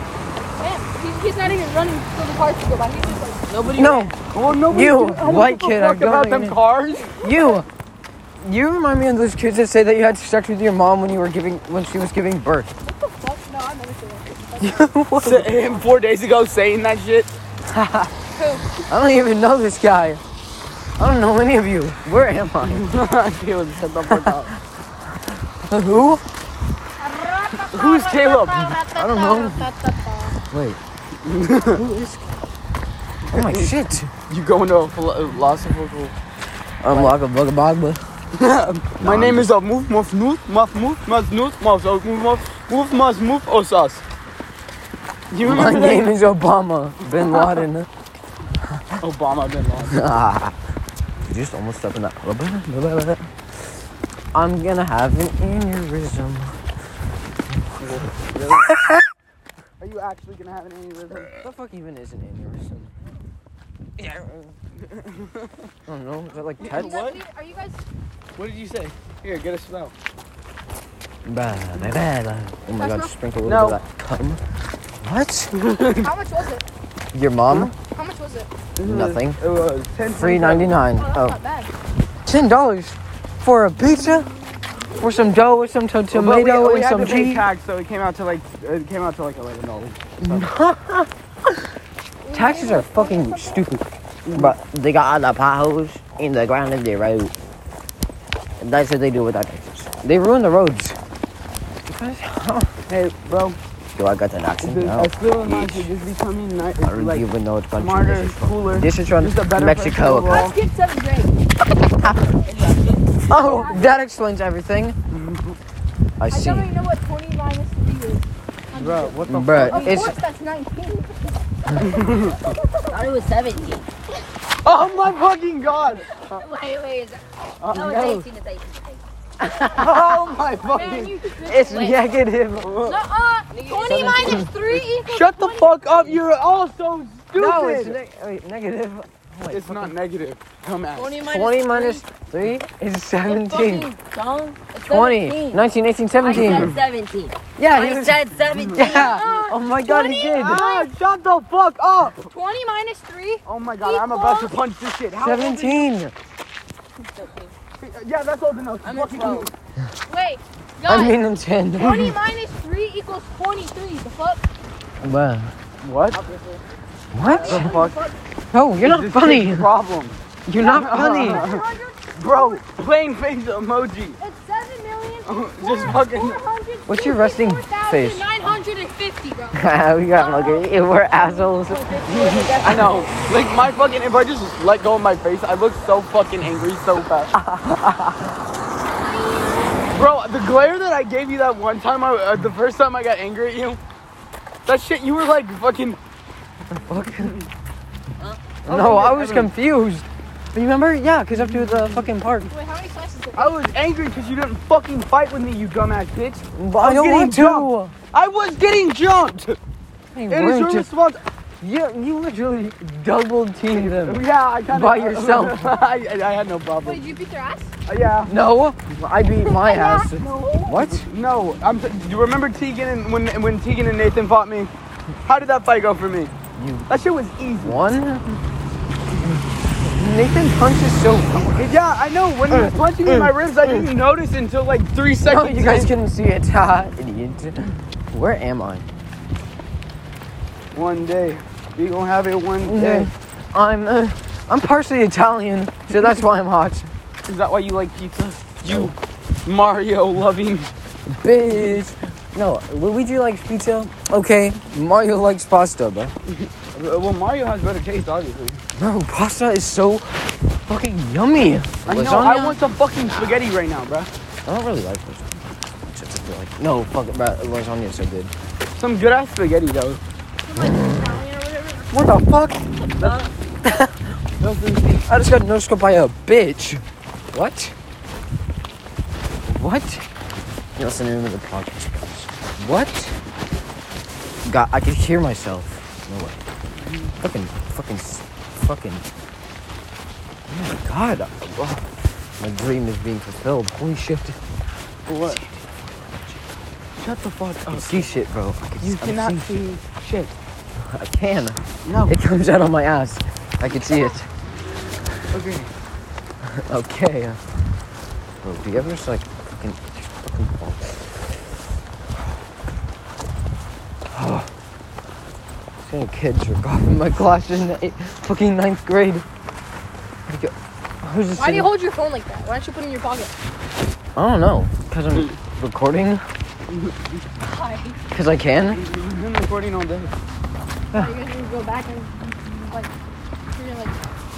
Speaker 5: Him. He, he's not even running for the cars to go by. He's just like.
Speaker 6: Nobody.
Speaker 2: No,
Speaker 6: Well, nobody.
Speaker 2: you white kid. I'm
Speaker 6: about
Speaker 2: going.
Speaker 6: them
Speaker 2: in.
Speaker 6: cars.
Speaker 2: You. You remind me of those kids that say that you had sex with your mom when you were giving when she was giving birth.
Speaker 5: Fuck, no, I never seen that.
Speaker 1: Him four days ago saying that shit.
Speaker 2: I don't even know this guy. I don't know any of you. Where am I?
Speaker 6: Dude, shut the fuck up.
Speaker 2: Who?
Speaker 6: Who's Caleb?
Speaker 2: I don't know. Wait. Who is? Oh my shit.
Speaker 1: You go into a philo- uh, philosophical.
Speaker 2: I'm like a bugga bogba.
Speaker 1: My name is a move, move, move, move, move, move, move, move, move, move, move, move, move, osas. You
Speaker 2: My
Speaker 1: remember
Speaker 2: name is Obama Bin Laden.
Speaker 1: that? Obama bin Laden.
Speaker 2: ah. You just almost stepped in that. I'm gonna have an aneurysm.
Speaker 1: Are you actually gonna have an aneurysm?
Speaker 2: What the fuck even is an aneurysm? Yeah. I don't know. Is that like tet?
Speaker 1: What?
Speaker 5: Are you guys?
Speaker 1: What did you say? Here, get a smell.
Speaker 2: Bah, bah, bah, bah. Oh my god, sprinkle a
Speaker 1: No.
Speaker 2: little bit of that cum. What?
Speaker 5: How much was it?
Speaker 2: Your mom?
Speaker 5: How much was it?
Speaker 2: Nothing.
Speaker 1: It was ten.
Speaker 2: Free ninety nine.
Speaker 5: Oh, that's
Speaker 2: Oh.
Speaker 5: not bad.
Speaker 2: Ten dollars for a pizza, for some dough, with some to-
Speaker 1: But we-
Speaker 2: tomato,
Speaker 1: we
Speaker 2: and
Speaker 1: had
Speaker 2: some
Speaker 1: to pay
Speaker 2: cheese.
Speaker 1: Tax, so it came out to like uh, it came out to like eleven dollars.
Speaker 2: Taxes are fucking stupid. But they got all the potholes in the ground of the road. And that's what they do with our taxes. They ruin the roads.
Speaker 1: Hey, bro,
Speaker 2: Do I got an
Speaker 1: this,
Speaker 2: accent now?
Speaker 1: I still want you
Speaker 2: Bitch.
Speaker 1: just becoming ni-
Speaker 2: I don't
Speaker 1: like
Speaker 2: even know what country
Speaker 1: smarter,
Speaker 2: this is from.
Speaker 1: cooler.
Speaker 2: This is from
Speaker 1: just a better
Speaker 2: Mexico.
Speaker 1: person overall.
Speaker 5: Let's get seventh grade.
Speaker 2: Oh, that explains everything. Mm-hmm. I
Speaker 5: I
Speaker 2: see.
Speaker 5: don't even know what 20 minus 3 is.
Speaker 1: Bro, what the
Speaker 2: Bruh,
Speaker 5: Of
Speaker 2: it's.
Speaker 5: course, that's 19.
Speaker 6: I was 17.
Speaker 1: Oh my fucking god!
Speaker 6: Wait, wait, is that?
Speaker 1: Uh,
Speaker 6: No,
Speaker 1: no.
Speaker 6: it's 18, it's 18.
Speaker 1: Oh my
Speaker 5: Man,
Speaker 1: fucking.
Speaker 5: you tripped.
Speaker 2: It's negative.
Speaker 5: Uh-uh. 20 minus 3 equals.
Speaker 1: Shut the fuck up! You're all so stupid.
Speaker 2: No, it's neg wait, negative. Oh, wait,
Speaker 1: It's not negative. Dumbass.
Speaker 6: 20
Speaker 2: 20 minus 3 is 17.
Speaker 6: Fucking dumb. It's
Speaker 2: 20,
Speaker 6: 17.
Speaker 2: 19, 18,
Speaker 6: I
Speaker 2: 17.
Speaker 6: said 17.
Speaker 2: Yeah, he
Speaker 6: I
Speaker 2: was,
Speaker 6: said 17.
Speaker 2: yeah. Oh my god, he
Speaker 5: 20.
Speaker 2: did.
Speaker 1: Ah, shut the fuck up!
Speaker 5: 20 minus 3?
Speaker 1: Oh my god, I'm about to punch this shit. How old is-
Speaker 2: 17.
Speaker 1: Yeah, that's old enough.
Speaker 6: I'm
Speaker 1: Fucking-
Speaker 6: 12.
Speaker 5: Wait. Guys,
Speaker 2: I mean, I'm 10.
Speaker 5: 20 minus 3 equals 23. The fuck?
Speaker 2: Wow.
Speaker 1: What?
Speaker 2: What?
Speaker 1: Fuck.
Speaker 2: No, you're not
Speaker 1: This
Speaker 2: funny.
Speaker 1: kid's Problem.
Speaker 2: You're not funny.
Speaker 5: 100,
Speaker 1: Bro, plain face emoji.
Speaker 5: it's 7 million.
Speaker 1: Just fucking.
Speaker 2: Oh, What's your resting face?
Speaker 5: 950, bro.
Speaker 2: we got lucky. We're assholes.
Speaker 1: I know. Like my fucking. If I just let go of my face, I look so fucking angry so fast. Bro, the glare that I gave you that one time, I, uh, the first time I got angry at you, that shit, you were like fucking.
Speaker 2: No, I was confused. Remember? Yeah, because up to the fucking park.
Speaker 5: Wait, how many slices is it?
Speaker 2: Oh.
Speaker 1: I was angry because you didn't fucking fight with me, you dumbass bitch.
Speaker 2: I don't
Speaker 1: getting
Speaker 2: want to.
Speaker 1: jumped. I was getting jumped. It
Speaker 2: Hey,
Speaker 1: is
Speaker 2: weren't
Speaker 1: your
Speaker 2: you-
Speaker 1: response.
Speaker 2: You, you literally double teamed them.
Speaker 1: Yeah, I kind of.
Speaker 2: By yourself.
Speaker 1: I, I had no problem.
Speaker 5: Wait, did you beat their ass?
Speaker 1: yeah.
Speaker 2: No, I beat my ass. What?
Speaker 1: No, I'm. T- you remember Tegan and when when Tegan and Nathan fought me? How did that fight go for me? That shit was easy.
Speaker 2: One? Nathan punches so Uh,
Speaker 1: Yeah, I know. When he was punching me in my ribs, I didn't notice until like three
Speaker 2: No,
Speaker 1: seconds.
Speaker 2: you guys
Speaker 1: in.
Speaker 2: couldn't see it. Ha, idiot. Where am I?
Speaker 1: One day, you gonna have it
Speaker 2: Mm-hmm.
Speaker 1: one day.
Speaker 2: I'm uh, I'm partially Italian, so that's why I'm hot.
Speaker 1: Is that why you like pizza? You Mario loving.
Speaker 2: Bitch. No, Luigi likes pizza. Okay, Mario likes pasta, bro.
Speaker 1: Uh, Well, Mario has better taste, obviously.
Speaker 2: Bro, pasta is so fucking yummy.
Speaker 1: I know. I want some fucking spaghetti right now, bro.
Speaker 2: I don't really like lasagna. It's just like- no, fuck it, bro. Lasagna is so good.
Speaker 1: Some good ass spaghetti though.
Speaker 2: What the fuck? I just got no scope by a bitch. What? What? You listen to the podcast. What? God, I could hear myself. No way. Fucking, fucking, s- fucking. Oh my god. Oh, my dream is being fulfilled. Holy shit.
Speaker 1: What? Shut the fuck
Speaker 2: I can
Speaker 1: up.
Speaker 2: see shit, bro. I can,
Speaker 1: You
Speaker 2: I
Speaker 1: cannot
Speaker 2: can see.
Speaker 1: see shit.
Speaker 2: I can.
Speaker 1: No.
Speaker 2: It comes out on my ass. I can see it.
Speaker 1: Okay.
Speaker 2: Okay. uh, Bro, do you ever just like fucking, fucking Seeing a kid jerk off in my class in ni- fucking ninth grade. Like, uh, I was just
Speaker 5: Why do you
Speaker 2: sitting-
Speaker 5: hold your phone like that? Why don't you put it in your pocket?
Speaker 2: I don't know, cause I'm recording,
Speaker 5: Why?
Speaker 2: cause I can.
Speaker 1: We've been recording all day.
Speaker 5: Are you guys gonna go back and like you're gonna like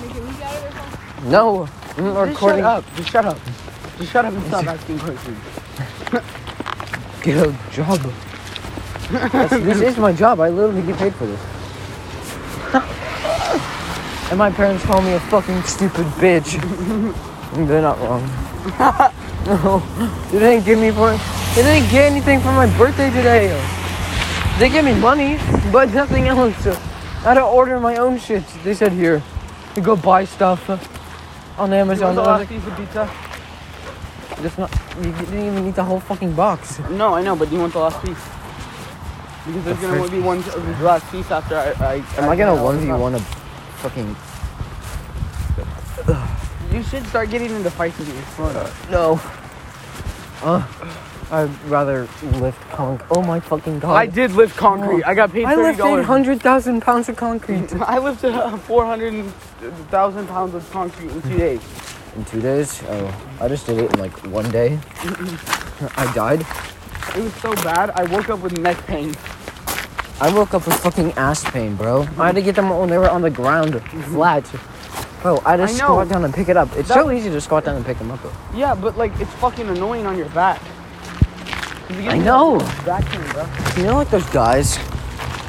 Speaker 5: make a leak out of it or something?
Speaker 2: No, I'm
Speaker 1: Just shut
Speaker 2: recording.
Speaker 1: up. Just shut up. Just shut up and stop asking questions.
Speaker 2: Get a job. That's- this is my job. I literally get paid for this. and my parents call me a fucking stupid bitch. They're not wrong. no, they didn't give me for. They didn't get anything for my birthday today. They gave me money, but nothing else. I had to order my own shit. They said here, you go buy stuff on
Speaker 1: You want
Speaker 2: Amazon.
Speaker 1: the
Speaker 2: I was
Speaker 1: last piece of pizza?
Speaker 2: like, That's not. You didn't even eat the whole fucking box.
Speaker 1: No, I know, but do you want the last piece? Because there's gonna
Speaker 2: first
Speaker 1: be one last piece after I. I
Speaker 2: Am I gonna one v one a fucking
Speaker 1: You should start getting into fights with your phone.
Speaker 2: no? Uh, I'd rather lift conk. Oh my fucking god!
Speaker 1: I did lift concrete. I got paid
Speaker 2: I
Speaker 1: thirty
Speaker 2: lifted
Speaker 1: dollars.
Speaker 2: hundred thousand pounds of concrete
Speaker 1: I lifted uh, four hundred thousand pounds of concrete in two days.
Speaker 2: in two days. Oh, I just did it in like one day. I died.
Speaker 1: It was so bad. I woke up with neck pain.
Speaker 2: I woke up with fucking ass pain, bro. I had to get them when they were on the ground, flat. Bro, I just
Speaker 1: I know.
Speaker 2: squat down and pick it up. It's
Speaker 1: That-
Speaker 2: so easy to squat down and pick them up. Though.
Speaker 1: Yeah, but like it's fucking annoying on your back. 'Cause it gives
Speaker 2: I
Speaker 1: you
Speaker 2: know.
Speaker 1: fucking Back pain, bro.
Speaker 2: You know, like those guys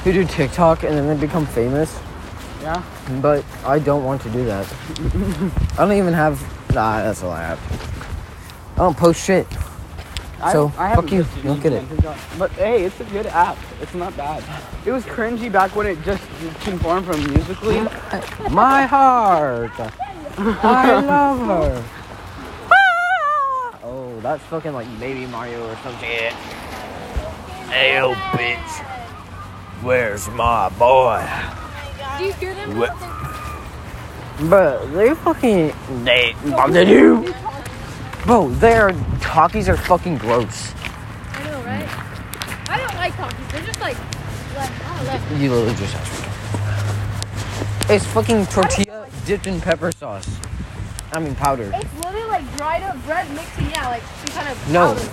Speaker 2: who do TikTok and then they become famous.
Speaker 1: Yeah.
Speaker 2: But I don't want to do that. I don't even have. Nah, that's all I have. I don't post shit. So,
Speaker 1: haven't
Speaker 2: fuck you.
Speaker 1: posted
Speaker 2: You don't get it.
Speaker 1: anything on TikTok. But hey, it's a good app. It's not bad. It was cringy back when it just conformed from musically.
Speaker 2: My heart. I love her. oh, that's fucking like Baby Mario or some shit. Ayo, bitch. Where's my boy?
Speaker 5: Do you hear them?
Speaker 2: What? But they fucking they they do. Bro, their talkies are fucking gross.
Speaker 5: I know, right? I don't like talkies. They're just like left. I don't like.
Speaker 2: You literally just asked me. It's fucking tortilla dipped in pepper sauce. I mean powder.
Speaker 5: It's literally like dried up bread mixing, yeah, like some kind of
Speaker 2: No.
Speaker 5: powder.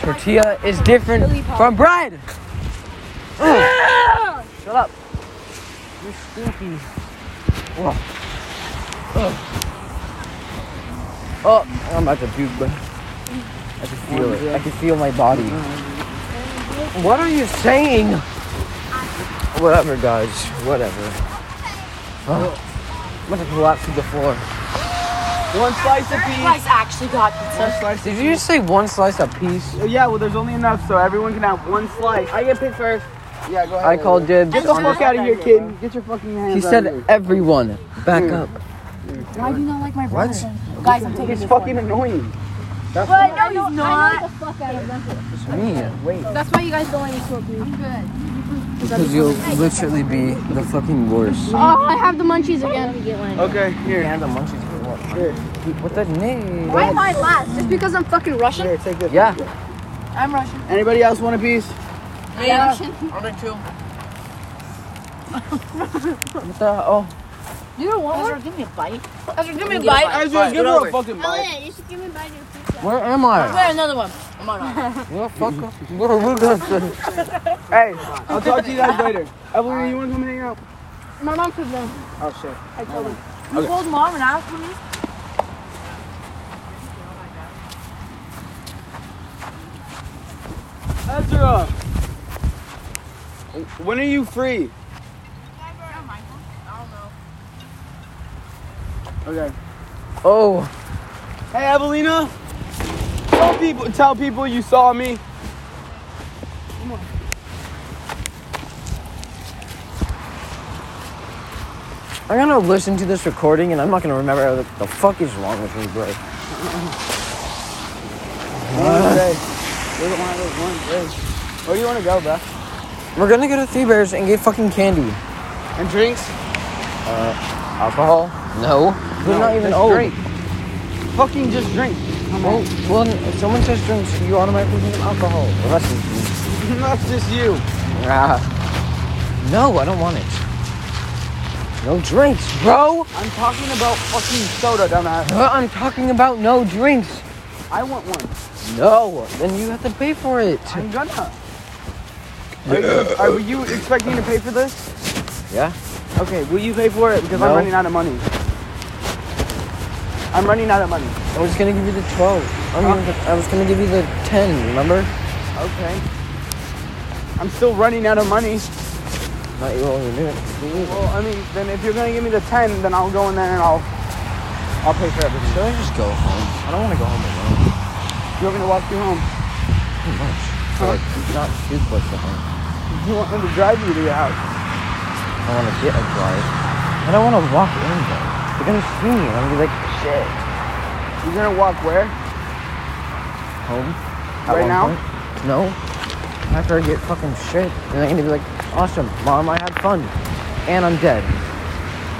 Speaker 2: Tortilla is different
Speaker 5: Chili powder.
Speaker 2: from bread.
Speaker 5: Ah!
Speaker 2: Shut up. You're stinky. Ugh. Ugh. Oh, I'm about to puke, but I can feel it. I can feel my body. What are you saying? Whatever, guys. Whatever. Oh, I'm about to collapse to the floor.
Speaker 1: One slice of peas.
Speaker 6: actually got
Speaker 1: One slice.
Speaker 2: Did you just say one slice a piece?
Speaker 1: Uh, Yeah, well, there's only enough so everyone can have one slice. I get picked first. Yeah, go ahead.
Speaker 2: I called dibs.
Speaker 1: Get the
Speaker 2: on
Speaker 1: fuck out of here, Hmm. kid. Get your fucking hands
Speaker 2: He
Speaker 1: out of
Speaker 2: said
Speaker 1: here.
Speaker 2: everyone back up.
Speaker 3: Why do you not like my brother?
Speaker 7: What?
Speaker 3: Guys, I'm taking
Speaker 1: He's
Speaker 3: this
Speaker 1: fucking annoying.
Speaker 7: That's
Speaker 3: Well,
Speaker 5: I know,
Speaker 3: no, he's not.
Speaker 5: the fuck out of them.
Speaker 7: it's me. Wait.
Speaker 5: That's why you guys don't let me smoke weed.
Speaker 3: Good.
Speaker 2: Because you'll literally be the fucking worst.
Speaker 5: Oh, I have the munchies again.
Speaker 1: Okay, here.
Speaker 7: And the munchies for what?
Speaker 1: Here,
Speaker 2: What the name?
Speaker 5: Why am I last? Just because I'm fucking Russian?
Speaker 1: here, take this.
Speaker 2: Yeah.
Speaker 3: I'm Russian.
Speaker 1: Anybody else want a piece?
Speaker 3: I'm Russian.
Speaker 2: What the? Oh.
Speaker 5: You don't want
Speaker 3: Ezra, give me a bite.
Speaker 5: Ezra, give me a
Speaker 3: bite.
Speaker 1: I just give her a fucking
Speaker 4: Elliot, you should give me back your pizza.
Speaker 2: Where am I?
Speaker 3: Wait, another one. Come on. Elliot.
Speaker 2: What the fuck? What are we gonna say?
Speaker 1: Hey, I'll talk to you guys later. Evelyn, you want to come hang out?
Speaker 5: My mom could know.
Speaker 1: Oh shit.
Speaker 5: I told her.
Speaker 3: You called mom and asked for me?
Speaker 1: Ezra, when are you free? Okay.
Speaker 2: Oh.
Speaker 1: Hey, Evelina. Tell people, tell people you saw me.
Speaker 2: I'm gonna listen to this recording and I'm not gonna remember what the fuck is wrong with me, bro.
Speaker 1: One day. You're the one of those ones, hey. Where do you want to go, bro?
Speaker 2: We're gonna go to Three Bears and get fucking candy.
Speaker 1: And drinks?
Speaker 2: Alcohol? No. We're
Speaker 1: No,
Speaker 2: not even
Speaker 1: just
Speaker 2: old.
Speaker 1: drink. Fucking just drink. Oh,
Speaker 2: Well, well, if someone says drinks, you automatically give them alcohol. Well, that's
Speaker 1: That's just you.
Speaker 2: ah. No, I don't want it. No drinks, bro.
Speaker 1: I'm talking about fucking soda, dumbass.
Speaker 2: Uh, I'm talking about no drinks.
Speaker 1: I want one.
Speaker 2: No, then you have to pay for it.
Speaker 1: I'm gonna. Are you, are you expecting to pay for this?
Speaker 2: Yeah.
Speaker 1: Okay, will you pay for it? Because
Speaker 2: No.
Speaker 1: I'm running out of money. I'm running out of money.
Speaker 2: I was gonna give you the twelve. I, mean, the- I was gonna give you the ten. Remember?
Speaker 1: Okay. I'm still running out of money.
Speaker 2: Not you only knew it.
Speaker 1: Well, I mean, then if you're gonna give me the ten, then I'll go in there and I'll, I'll pay for everything.
Speaker 2: Should I just go home? I don't want to go home alone.
Speaker 1: You want me to walk you home?
Speaker 2: Too much. Like, not too close to home.
Speaker 1: You want me to drive you to your house?
Speaker 2: I want to get a drive. I don't want to walk in though. They're gonna see me. and I'm gonna be like, shit.
Speaker 1: You're gonna walk where?
Speaker 2: Home. at
Speaker 1: Right
Speaker 2: one
Speaker 1: now?
Speaker 2: point. No. After I get fucking shit, and they're gonna be like, awesome, mom, I had fun, and I'm dead.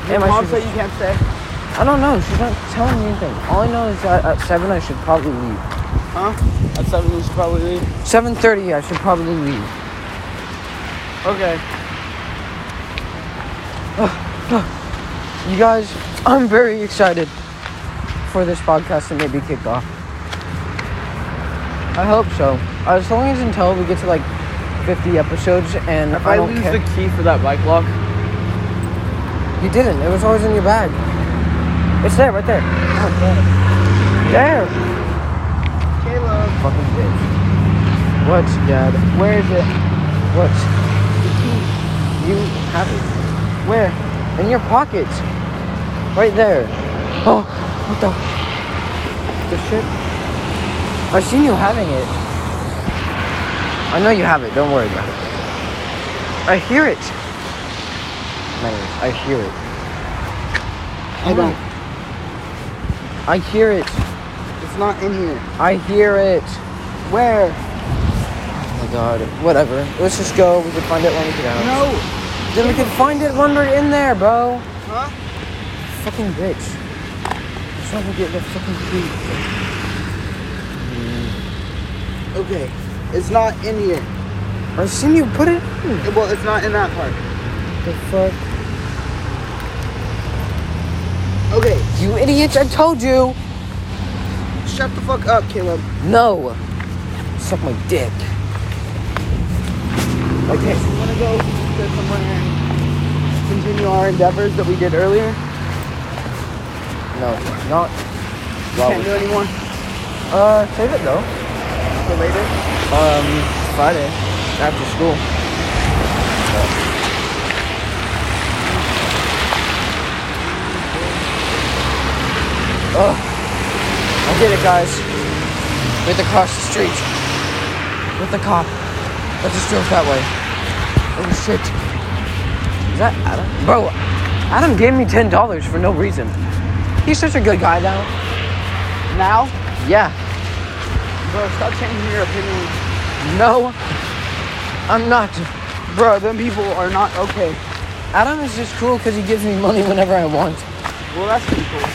Speaker 1: Your
Speaker 2: And my
Speaker 1: mom
Speaker 2: sister-
Speaker 1: said you can't stay.
Speaker 2: I don't know. She's not telling me anything. All I know is that at seven I should probably leave.
Speaker 1: Huh? At seven, you should probably leave.
Speaker 2: Seven thirty I should probably leave.
Speaker 1: Okay.
Speaker 2: You guys, I'm very excited for this podcast to maybe kick off. I hope so. As long as until we get to like 50 episodes and
Speaker 1: If
Speaker 2: I,
Speaker 1: I
Speaker 2: don't
Speaker 1: lose
Speaker 2: care.
Speaker 1: the key for that bike lock,
Speaker 2: You didn't. It was always in your bag. It's there, right there. There.
Speaker 1: Caleb,
Speaker 2: Fucking bitch. What, Dad? Where is it? What? You have it. Where? In your pocket. Right there. Oh, what the? The shit? I seen you having it. I know you have it. Don't worry about it. I hear it. Man, I hear it.
Speaker 1: Hold on.
Speaker 2: I hear it.
Speaker 1: it's not in here.
Speaker 2: I hear it.
Speaker 1: Where?
Speaker 2: Oh my god. Whatever. Let's just go. We can find it when we get out.
Speaker 1: No.
Speaker 2: Then we can find it when we're in there, bro.
Speaker 1: Huh?
Speaker 2: Fucking bitch. Just want to get the fucking key.
Speaker 1: Okay. It's not in here.
Speaker 2: I seen you put it. In.
Speaker 1: Well, it's not in that part.
Speaker 2: The fuck?
Speaker 1: Okay.
Speaker 2: You idiot! I told you.
Speaker 1: Shut the fuck up, Caleb.
Speaker 2: No. Suck my dick. Okay.
Speaker 1: I'm gonna go get somewhere and continue our endeavors that we did earlier.
Speaker 2: No, not.
Speaker 1: Can't do anymore
Speaker 2: Uh, save it though.
Speaker 1: for later.
Speaker 2: Um, Friday after school. Oh, I did it, guys. We had to cross the street with the cop that just drove that way. Oh shit! Is that Adam? Bro, Adam gave me ten dollars for no reason. He's such a good guy now.
Speaker 1: Now,
Speaker 2: Yeah.
Speaker 1: bro, stop changing your opinion.
Speaker 2: No, I'm not.
Speaker 1: Bro, them people are not okay.
Speaker 2: Adam is just cool because he gives me money whenever I want.
Speaker 1: Well, that's pretty cool.